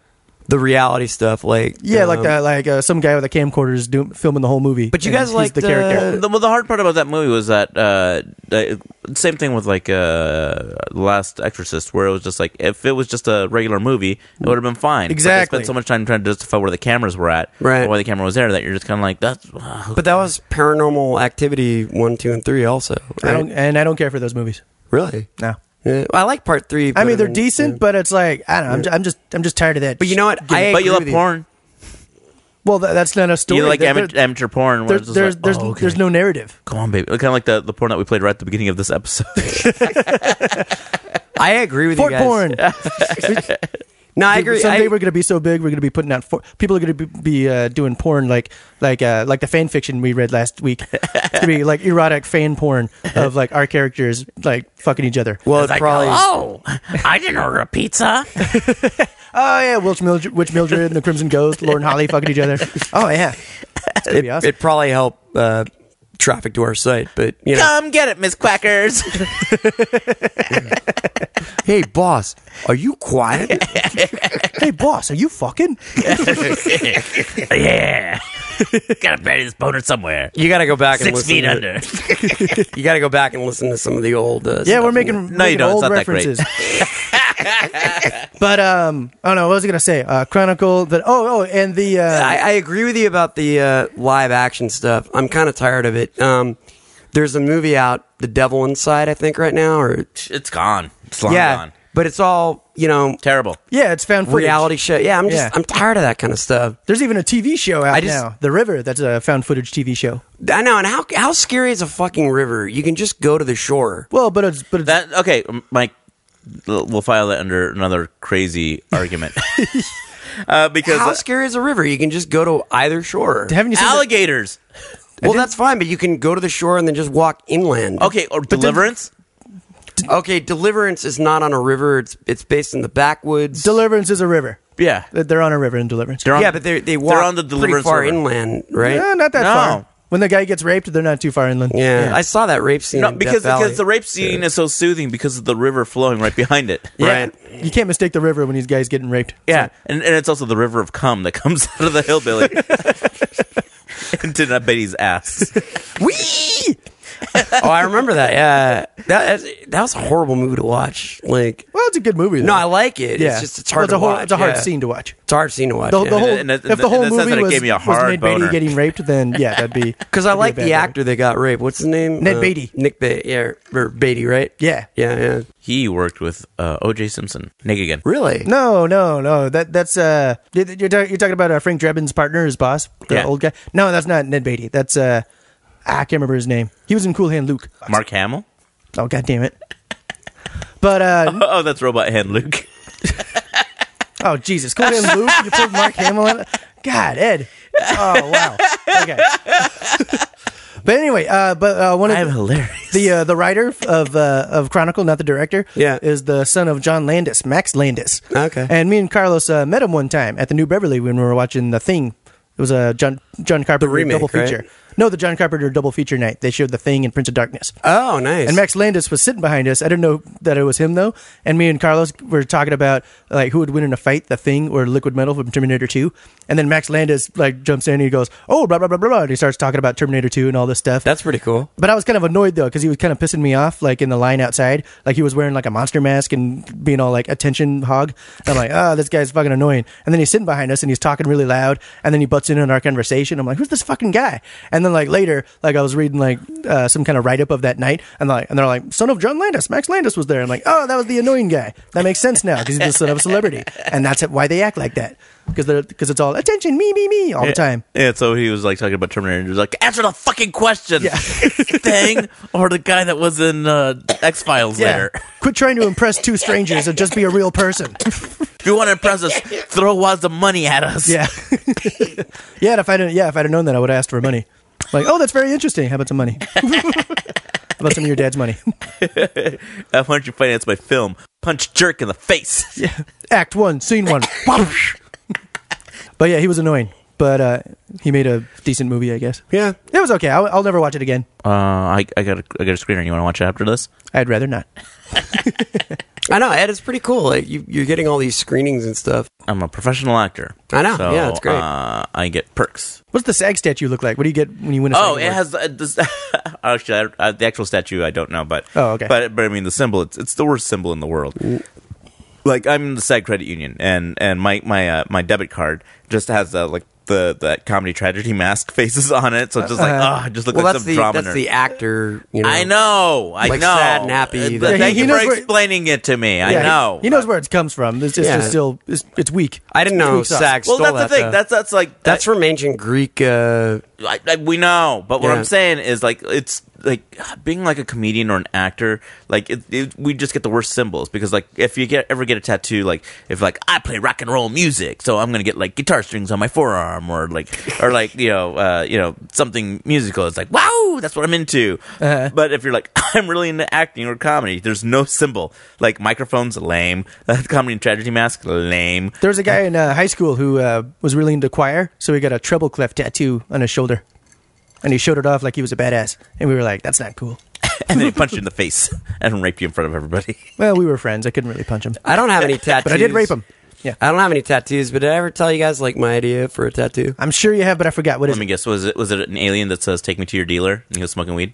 D: the reality stuff? Like,
B: Yeah, like
D: um,
B: that, like uh, some guy with a camcorder is doing, filming the whole movie.
D: But you
B: and
D: guys
B: he's
D: liked,
B: the character.
A: the, well, the hard part about that movie was that uh, uh, same thing with like uh, Last Exorcist, where it was just like if it was just a regular movie, it would have been fine. But they
B: Exactly.
A: spent so much time trying to justify where the cameras were at,
D: Right.
A: or why the camera was there, that you're just kind of like that's.
D: But that was Paranormal Activity one, two, and three. Also,
B: I
D: right?
B: don't, and I don't care for those movies.
D: really.
B: No,
D: Yeah, I like part three.
B: I mean
D: better
B: they're
D: than-
B: decent,
D: yeah.
B: but it's like I don't know. I'm, ju- I'm just I'm just tired of that.
D: But you know what? I
A: but
D: agree
A: you love
D: with
A: porn.
B: well, tha- that's not a story.
A: You like
B: There-
A: amateur,
B: there-
A: amateur porn. Where
B: there-
A: it's just
B: there's
A: like,
B: there's
A: oh, okay.
B: there's no narrative.
A: Come on, baby. Kind of like the, the porn that we played right at the beginning of this episode.
D: I agree with
B: Fort
D: you guys.
B: porn.
D: No, I agree.
B: Someday
D: I,
B: we're gonna be so big, we're gonna be putting out. For- people are gonna be, be uh, doing porn like like uh, like the fan fiction we read last week. it's gonna be like erotic fan porn of like our characters like fucking each other.
D: well, it probably.
A: oh, I didn't order a pizza.
B: Oh yeah, Witch Mildred, Witch Mildred and the Crimson Ghost, Lauren Holly fucking each other. Oh yeah, That's gonna be awesome.
D: It probably helped uh, traffic to our site, but you know.
A: Come get it, Miss Quackers.
D: Hey, boss, are you quiet?
B: hey boss, are you fucking?
A: yeah, gotta bury this boner somewhere.
D: you got to go back and
A: Six
D: listen
A: feet
D: to,
A: under.
D: You got to go back and listen to some of the old. Uh,
B: Yeah,
D: stuff.
B: we're making
A: No, you
B: making
A: don't. It's
B: old
A: not that great.
B: references. but um, oh no, what was I gonna say? Uh, Chronicle. That oh oh, and the uh,
D: I, I agree with you about the uh, live action stuff. I'm kind of tired of it. Um, there's a movie out, The Devil Inside, I think, right now, or
A: It's gone. It's long
D: yeah,
A: gone.
D: but it's all you know,
A: Terrible.
B: Yeah, it's found footage.
D: reality show. Yeah, I'm just
B: Yeah.
D: I'm tired of that kind of stuff.
B: There's even a TV show out
D: I just-
B: now, The River. That's a found footage TV show.
D: I know, and how how scary is a fucking river? You can just go to the shore.
B: Well, but it's but it's,
A: That okay, Mike. l- We'll file that under another crazy argument uh, because
D: How scary is a river? You can just go to either shore.
B: haven't you seen? that-
A: alligators.
D: Well, that's fine, but you can go to the shore and then just walk inland.
A: Okay, or deliverance.
D: Okay, Deliverance is not on a river. It's it's based in the backwoods.
B: Deliverance is a river.
A: yeah,
B: That They're on a river in Deliverance.
A: They're on-
D: yeah, but they they
A: they're
D: walk
A: on the
D: pretty
A: Deliverance
D: far
A: River.
D: inland, right?
B: Eh, not that
A: No.
B: far. When the guy gets raped, they're not too far inland.
D: Yeah, I saw that rape scene.
A: No,
D: in
A: because
D: Death Valley.
A: because the rape scene is so soothing because of the river flowing right behind it.
D: Right.
B: You can't mistake the river when these guys getting raped.
A: Yeah, and, and it's also the river of cum that comes out of the hillbilly into that Betty's ass.
D: Whee! oh, I remember that. Yeah, that that's- that was a horrible movie to watch. Like,
B: Well, it's a good movie. Though.
D: no, I like it.
B: Yeah,
D: It's just it's hard
B: Well, it's a
D: to
B: hor-
D: watch.
B: It's a hard
D: yeah.
B: scene to watch.
D: It's a hard scene to watch.
B: The, the whole,
A: And it-
B: if the
A: and
B: whole
A: it says
B: movie
A: that it
B: was,
A: gave me a
B: was
A: hard
B: Ned Beatty
A: boner.
B: getting raped, then yeah, that'd be
D: because
B: that'd be
D: I
B: a
D: like
B: bad
D: the
B: one.
D: actor that got raped. What's his name?
B: Ned
D: Uh,
B: Beatty.
D: Nick Beatty. Yeah, or Beatty. Right.
B: Yeah.
D: Yeah. Yeah.
A: He worked with uh, O.J. Simpson. Nick again.
D: Really?
B: No, no, no. That that's uh, you're, you're talk- you're talking about uh, Frank Drebin's partner, his boss, the
A: Yeah.
B: old guy. No, that's not Ned Beatty. That's uh, ah, I can't remember his name. He was in Cool Hand Luke.
A: Mark Hamill.
B: Oh god damn it. But uh,
A: Oh, that's Robot Hand Luke.
B: oh Jesus, Cool Hand Luke. You put Mark Hamill in. it? God, Ed. Oh wow. Okay. but anyway, uh, but uh, one of
A: I'm
B: the-
A: hilarious.
B: the uh, the writer of uh, of Chronicle, not the director,
D: Yeah.
B: is the son of John Landis, Max Landis.
D: Okay.
B: And me and Carlos uh, met him one time at the New Beverly when we were watching The Thing. It was a John John Carpenter
D: remake,
B: double
D: right?
B: feature. No, the John Carpenter double feature night. They showed The Thing and Prince of Darkness.
D: Oh, nice.
B: And Max Landis was sitting behind us. I didn't know that it was him though. And me and Carlos were talking about like who would win in a fight, the thing or liquid metal from Terminator Two. And then Max Landis like jumps in and he goes, Oh blah blah blah blah blah and he starts talking about Terminator Two and all this stuff.
D: That's pretty cool.
B: But I was kind of annoyed though because he was kind of pissing me off, like in the line outside, like he was wearing like a monster mask and being all like attention hog. And I'm like, oh, this guy's fucking annoying. And then he's sitting behind us and he's talking really loud, and then he butts in on our conversation. I'm like, who's this fucking guy? And then like later, like I was reading like uh, some kind of write up of that night, and like and they're like, son of John Landis, Max Landis was there. I'm like, oh, that was the annoying guy. That makes sense now because he's the son of a celebrity, and that's why they act like that because they're because it's all attention, me, me, me, all the time.
A: Yeah, so he was like talking about Terminator. And he was like, answer the fucking question, thing, or the guy that was in uh, X Files later.
B: Quit trying to impress two strangers and just be a real person.
A: If you want to impress us, throw wads of money at us.
B: Yeah. yeah, and if I didn't yeah, if I'd have known that I would have asked for money. Like, oh that's very interesting. How about some money? How about some of your dad's money?
A: Uh, why don't you finance my film? Punch jerk in the face.
B: yeah. Act one, scene one. but yeah, he was annoying. But uh, he made a decent movie, I guess.
D: Yeah.
B: It was okay. I'll, I'll never watch it again.
A: Uh, I, I got a, I got a screener. You want to watch it after this?
B: I'd rather not.
D: I know. Ed, it's pretty cool. Like you, you're getting all these screenings and stuff.
A: I'm a professional actor.
D: I know.
A: So,
D: Yeah, it's great.
A: Uh, I get perks.
B: What's the SAG statue look like? What do you get when you win a
A: Oh,
B: SAG
A: it
B: award?
A: has uh, this, actually I, uh, the actual statue. I don't know, but
B: Oh, okay.
A: But but I mean the symbol. It's it's the worst symbol in the world. Like I'm in the SAG credit union, and and my my uh, my debit card just has uh, like the that comedy tragedy mask faces on it. So it's just like ah, it just looks
D: Uh, Well,
A: like
D: that's
A: some
D: the
A: drama
D: that's
A: nerd.
D: the actor. You know.
A: I know, I
D: Like
A: know.
D: sad, nappy.
A: Uh, but
D: Yeah,
A: thank
B: he- he
A: you
B: knows
A: for
B: where-
A: explaining it to me.
B: Yeah,
A: I
B: he-
A: know.
B: He, knows where it comes from. It's just,
D: Yeah.
B: it's still it's, it's weak.
D: I didn't
B: It's
D: know
B: weak sauce.
D: SAG
A: Well,
D: stole
A: that's the
D: that,
A: thing.
D: though.
A: That's that's like
D: That's from ancient Greek. Uh,
A: I, I, we know, but what
D: Yeah.
A: I'm saying is like it's like being like a comedian or an actor. Like it, it, we just get the worst symbols because like if you get ever get a tattoo, like if like I play rock and roll music, so I'm gonna get like guitar strings on my forearm or like or like you know uh, you know something musical. It's like wow, that's what I'm into. But if you're like I'm really into acting or comedy, there's no symbol. Like microphones, lame. comedy and tragedy mask, lame.
B: There was a guy in uh, high school who uh, was really into choir, so he got a treble clef tattoo on his shoulder, and he showed it off like he was a badass. And we were like, "That's not cool."
A: And then he punched you in the face and raped you in front of everybody.
B: Well, we were friends. I couldn't really punch him,
D: I don't have any tattoos,
B: but I did rape him. Yeah,
D: I don't have any tattoos. But did I ever tell you guys like my idea for a tattoo?
B: I'm sure you have, but I forgot what is.
A: Let me
B: it?
A: guess. Was it was it an alien that says "Take me to your dealer"? And he was smoking weed.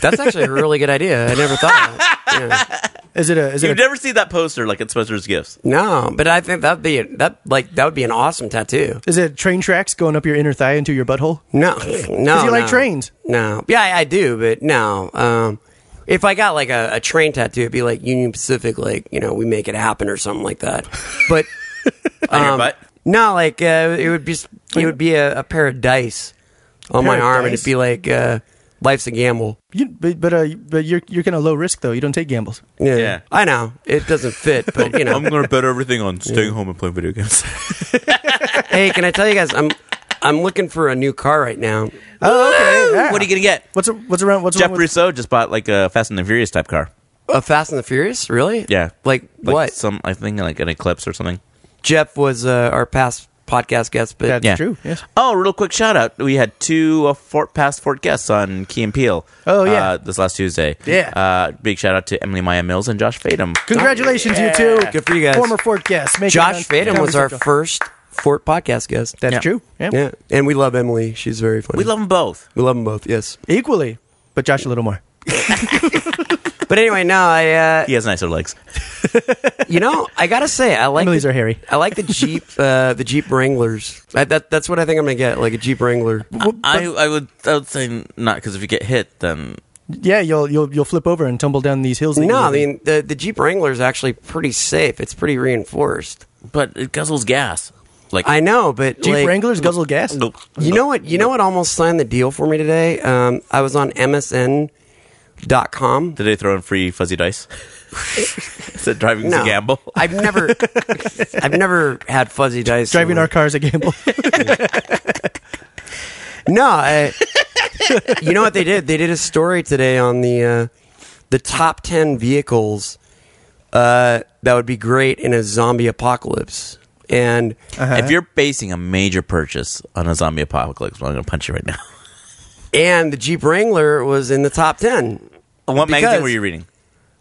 D: That's actually a really good idea. I never thought. Of that. Yeah.
B: Is it a? Is it
A: You
B: a
A: never see that poster like at Spencer's Gifts.
D: No, but I think that'd be that like that would be an awesome tattoo.
B: is it train tracks going up your inner thigh into your butthole?
D: No, no.
B: you like
D: no.
B: trains.
D: No. Yeah, I, I do, but no. Um, If I got like a, a train tattoo, it'd be like Union Pacific, like you know, we make it happen or something like that. But
A: on your
D: um,
A: butt.
D: no, like uh, it would be s- it would be a, a pair of dice on my
B: Pair of
D: arm, and
B: dice?
D: it'd be like uh, life's a gamble.
B: You, but but, uh, but you're you're kind of low risk though. You don't take gambles.
D: Yeah,
A: Yeah.
D: I know it doesn't fit, but you know,
A: I'm gonna bet everything on staying home and playing video games.
D: hey, can I tell you guys? I'm I'm looking for a new car right now.
B: Oh, okay. yeah.
A: What are you gonna get?
B: What's a, what's around? What's
A: Jeff
B: around with-
A: Rousseau just bought like a Fast and the Furious type car.
D: A Fast and the Furious, really?
A: Yeah,
D: Like, what?
A: Some I think like an Eclipse or something.
D: Jeff was uh, our past podcast guest, but
B: That's
A: Yeah.
B: true. Yes.
A: Oh, real quick shout out. We had two uh, Fort Past Fort guests on Key and Peele.
B: Oh, yeah.
A: uh, this last Tuesday.
B: Yeah.
A: Uh, big shout out to Emily Maya Mills and Josh Fadum.
B: Congratulations, you two.
D: Good for you guys.
B: Former Fort guests. Make it on
D: Josh Fadum
B: Comedy
D: was our
B: Central.
D: first Fort podcast guest.
B: That's
A: Yeah.
B: true. Yeah.
D: yeah, and we love Emily. She's very funny.
A: We love them both.
D: we love them both. Yes,
B: Equally, but Josh a little more.
D: but anyway, no, I uh,
A: He has nicer legs.
D: you know I gotta say I like
B: Emily's
D: the,
B: are hairy.
D: I like the Jeep uh, the Jeep Wranglers. I, that that's what I think I'm gonna get, like a Jeep Wrangler.
A: I, I would I would say not because if you get hit, then
B: Yeah, you'll you'll you'll flip over and tumble down these hills. that you
D: No, I
B: live in.
D: mean the the Jeep Wrangler is actually pretty safe. It's pretty reinforced.
A: but it guzzles gas. Like
D: I know, but
B: Jeep
D: like,
B: Wranglers guzzle gas.
A: Nope.
D: You know what? You know what almost signed the deal for me today. Um, I was on MSN.com.
A: Did they throw in free fuzzy dice? Is it driving is a gamble?
D: I've never, I've never had fuzzy dice.
B: Driving
D: in
B: our
D: my-
B: cars a gamble.
D: No, I, you know what they did? They did a story today on the uh, the top ten vehicles uh, that would be great in a zombie apocalypse. And
A: If you're basing a major purchase on a zombie apocalypse, well, I'm going to punch you right now.
D: and the Jeep Wrangler was in the top ten.
A: What magazine
D: Because-
A: were you reading? Oh.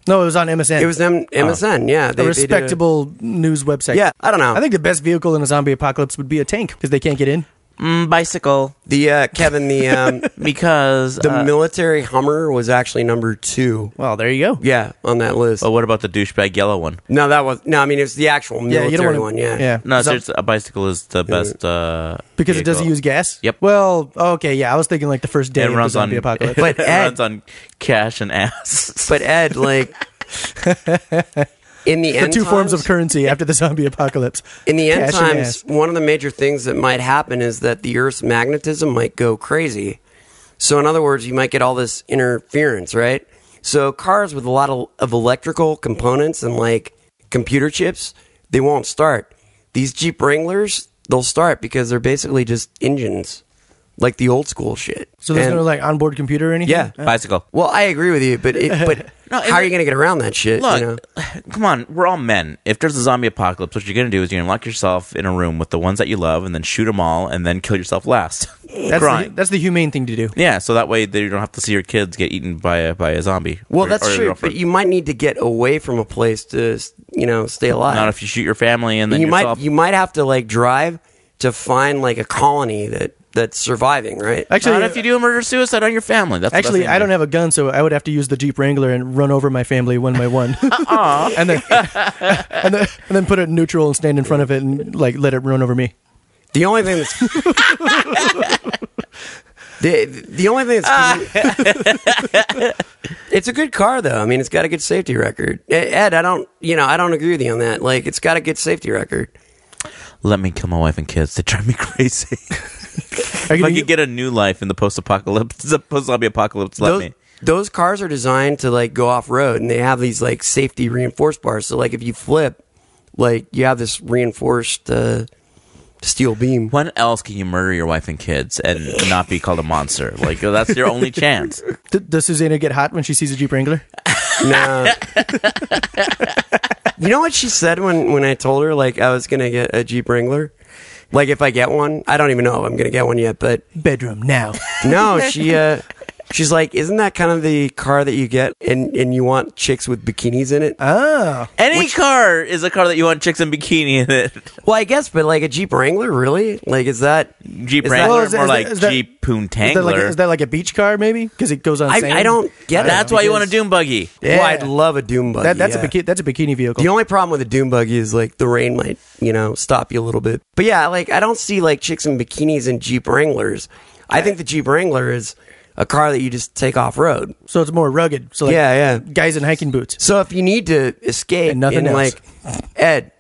B: no, it was on MSN.
D: It was M- MSN. Yeah,
B: a
D: they, they did a-
B: respectable news website.
D: Yeah, I don't know.
B: I think the best vehicle in a zombie apocalypse would be a tank because they can't get in.
A: Mm, bicycle.
D: the uh, Kevin the um,
A: Because
D: the
A: uh,
D: military Hummer was actually number two.
B: Well, there you go.
D: Yeah, on that list.
A: But oh, what about the douchebag yellow one?
D: No, that was no. I mean, it's the actual military
B: wanna-
D: one. Yeah,
B: yeah.
A: No,
B: So-
A: seriously, a bicycle is the best. Uh,
B: because it doesn't
A: vehicle.
B: use gas.
A: Yep.
B: Well, okay, yeah. I was thinking like the first day
A: It
B: of the
A: runs on
B: zombie apocalypse.
D: But
A: it
D: Ed-
A: runs on cash and ass.
D: But Ed, like, in the
B: the
D: end,
B: two forms
D: times-
B: of currency after the zombie apocalypse.
D: In the end
B: Cash and
D: times,
B: ass.
D: one of the major things that might happen is that the Earth's magnetism might go crazy. So, in other words, you might get all this interference, right? So, cars with a lot of, of electrical components and like computer chips, they won't start. These Jeep Wranglers, they'll start because they're basically just engines, like the old school shit.
B: So there's
D: And-
B: no like onboard computer or anything.
D: Yeah.
A: bicycle.
D: Well, I agree with you, but it, but
A: No,
D: how are
A: it-
D: you going to get around that shit?
A: Look,
D: you know?
A: come on, we're all men. If there's a zombie apocalypse, what you're going to do is you're going to lock yourself in a room with the ones that you love and then shoot them all and then kill yourself last.
B: That's the,
A: Crime.
B: that's the humane thing to do.
A: Yeah, so that way they don't have to see your kids get eaten by a, by a zombie.
D: Well,
A: or- or
D: that's
A: your
D: true, but
A: girlfriend.
D: you might need to get away from a place to you know stay alive.
A: not if you shoot your family and then
D: you
A: yourself.
D: might you might have to like drive to find like a colony that that's surviving, right?
B: Actually,
A: not if you do a murder suicide on your family. That's the best
B: Actually,
A: thing
B: I
A: to
B: don't
A: do.
B: have a gun, so I would have to use the Jeep Wrangler and run over my family one by one,
D: Uh-uh.
B: and then and then and then put it in neutral and stand in front of it and like let it run over me.
D: the only thing that's the the only thing
A: Ah.
D: that's it's a good car though. I mean, it's got a good safety record. E- Ed, I don't you know I don't agree with you on that. Like, it's got a good safety record.
A: Let me kill my wife and kids. They drive me crazy.
B: Are
A: if
B: you
A: I
B: gonna
A: could
B: get,
A: get a new life in the post-apocalypse, the post-zombie apocalypse, let
D: those,
A: me.
D: those cars are designed to like go off road and they have these like safety reinforced bars. So like if you flip, like you have this reinforced uh, steel beam.
A: When else can you murder your wife and kids and not be called a monster? Like that's your only chance.
B: d- does Susanna get hot when she sees a Jeep Wrangler?
D: No. you know what she said when when I told her like I was gonna get a Jeep Wrangler. Like if I get one, I don't even know if I'm gonna get one yet. But
B: Bedroom now.
D: no, she uh, she's like, isn't that kind of the car that you get and and you want chicks with bikinis in it?
A: Uh.
B: Oh,
A: Any car is a car that you want chicks in bikini in it.
D: well, I guess, but like a Jeep Wrangler, really? Like is that
A: Jeep
D: Is that-
A: Wrangler,
B: Well, is that-
A: more
B: is that-
A: like
B: is that-
A: Jeep Poontangler.
B: is that, like a, is that like a beach car maybe? Because it goes on.
D: I,
B: sand?
D: I don't get it.
A: that's why you want a
D: because-
A: dune buggy.
B: Yeah.
D: Well, I'd love a doom buggy.
B: That, that's
D: yeah.
B: a bikini, that's a bikini vehicle.
D: The only problem with a doom buggy is like the rain might, you know, stop you a little bit. But yeah, like I don't see like chicks in bikinis and Jeep Wranglers. I think the Jeep Wrangler is a car that you just take off road.
B: So it's more rugged. So like
D: Yeah, yeah.
B: guys in hiking boots.
D: So if you need to escape
B: And nothing
D: in,
B: else.
D: like Ed,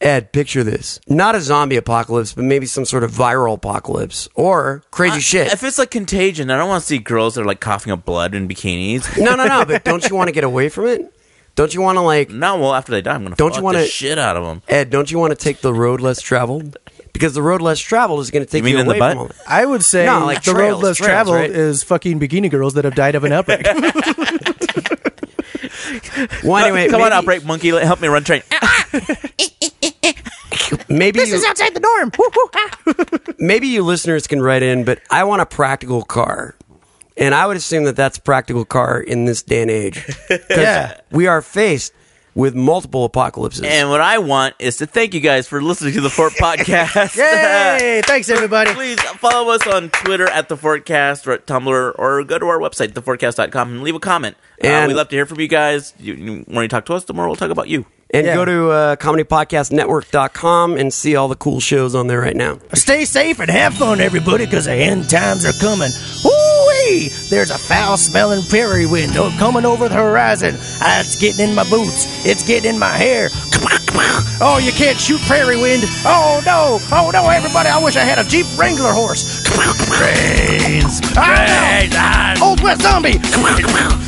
D: Ed, picture this. Not a zombie apocalypse, but maybe some sort of viral apocalypse or crazy shit.
A: If it's like contagion, I don't want to see girls that are like coughing up blood in bikinis.
D: no, no, no, but don't you want to get away from it? Don't you want to like
A: No, well, after they die, I'm gonna
D: Don't
A: fuck
D: you wanna-
A: the shit out of them.
D: Ed, don't you want to take the road less traveled? Because the road less traveled is going to take
A: mean
D: you
A: in the
D: away
A: butt?
D: from all that.
B: I would say
D: No, like
B: the
D: trails,
B: road less
D: trails,
B: traveled
D: right?
B: is fucking bikini girls that have died of an outbreak.
D: Well, anyway,
A: Come on,
D: maybe-
A: outbreak monkey, help me run train.
D: Maybe this is outside the norm. maybe you listeners can write in, but I want a practical car, and I would assume that that's practical car in this day and age. 'Cause
B: Yeah.
D: we are faced with multiple apocalypses.
A: And what I want is to thank you guys for listening to the Fort Podcast.
B: Yay! Thanks everybody.
A: Please follow us on Twitter at the Fortcast or at Tumblr or go to our website, thefortcast.com, and leave a comment. uh,
D: And-
A: we love to hear from you guys. You, you, the more you talk to us, the more we'll talk about you.
D: and
B: Yeah.
D: go to uh, comedypodcastnetwork.com and see all the cool shows on there right now.
B: Stay safe and have fun, everybody, because the end times are coming. Woo-wee! There's a foul-smelling prairie wind o- coming over the horizon. Ah, It's getting in my boots. It's getting in my hair. Oh, you can't shoot prairie wind. Oh, no. Oh, no, everybody. I wish I had a Jeep Oh, Wrangler horse. Brains. Brains. Old West Zombie.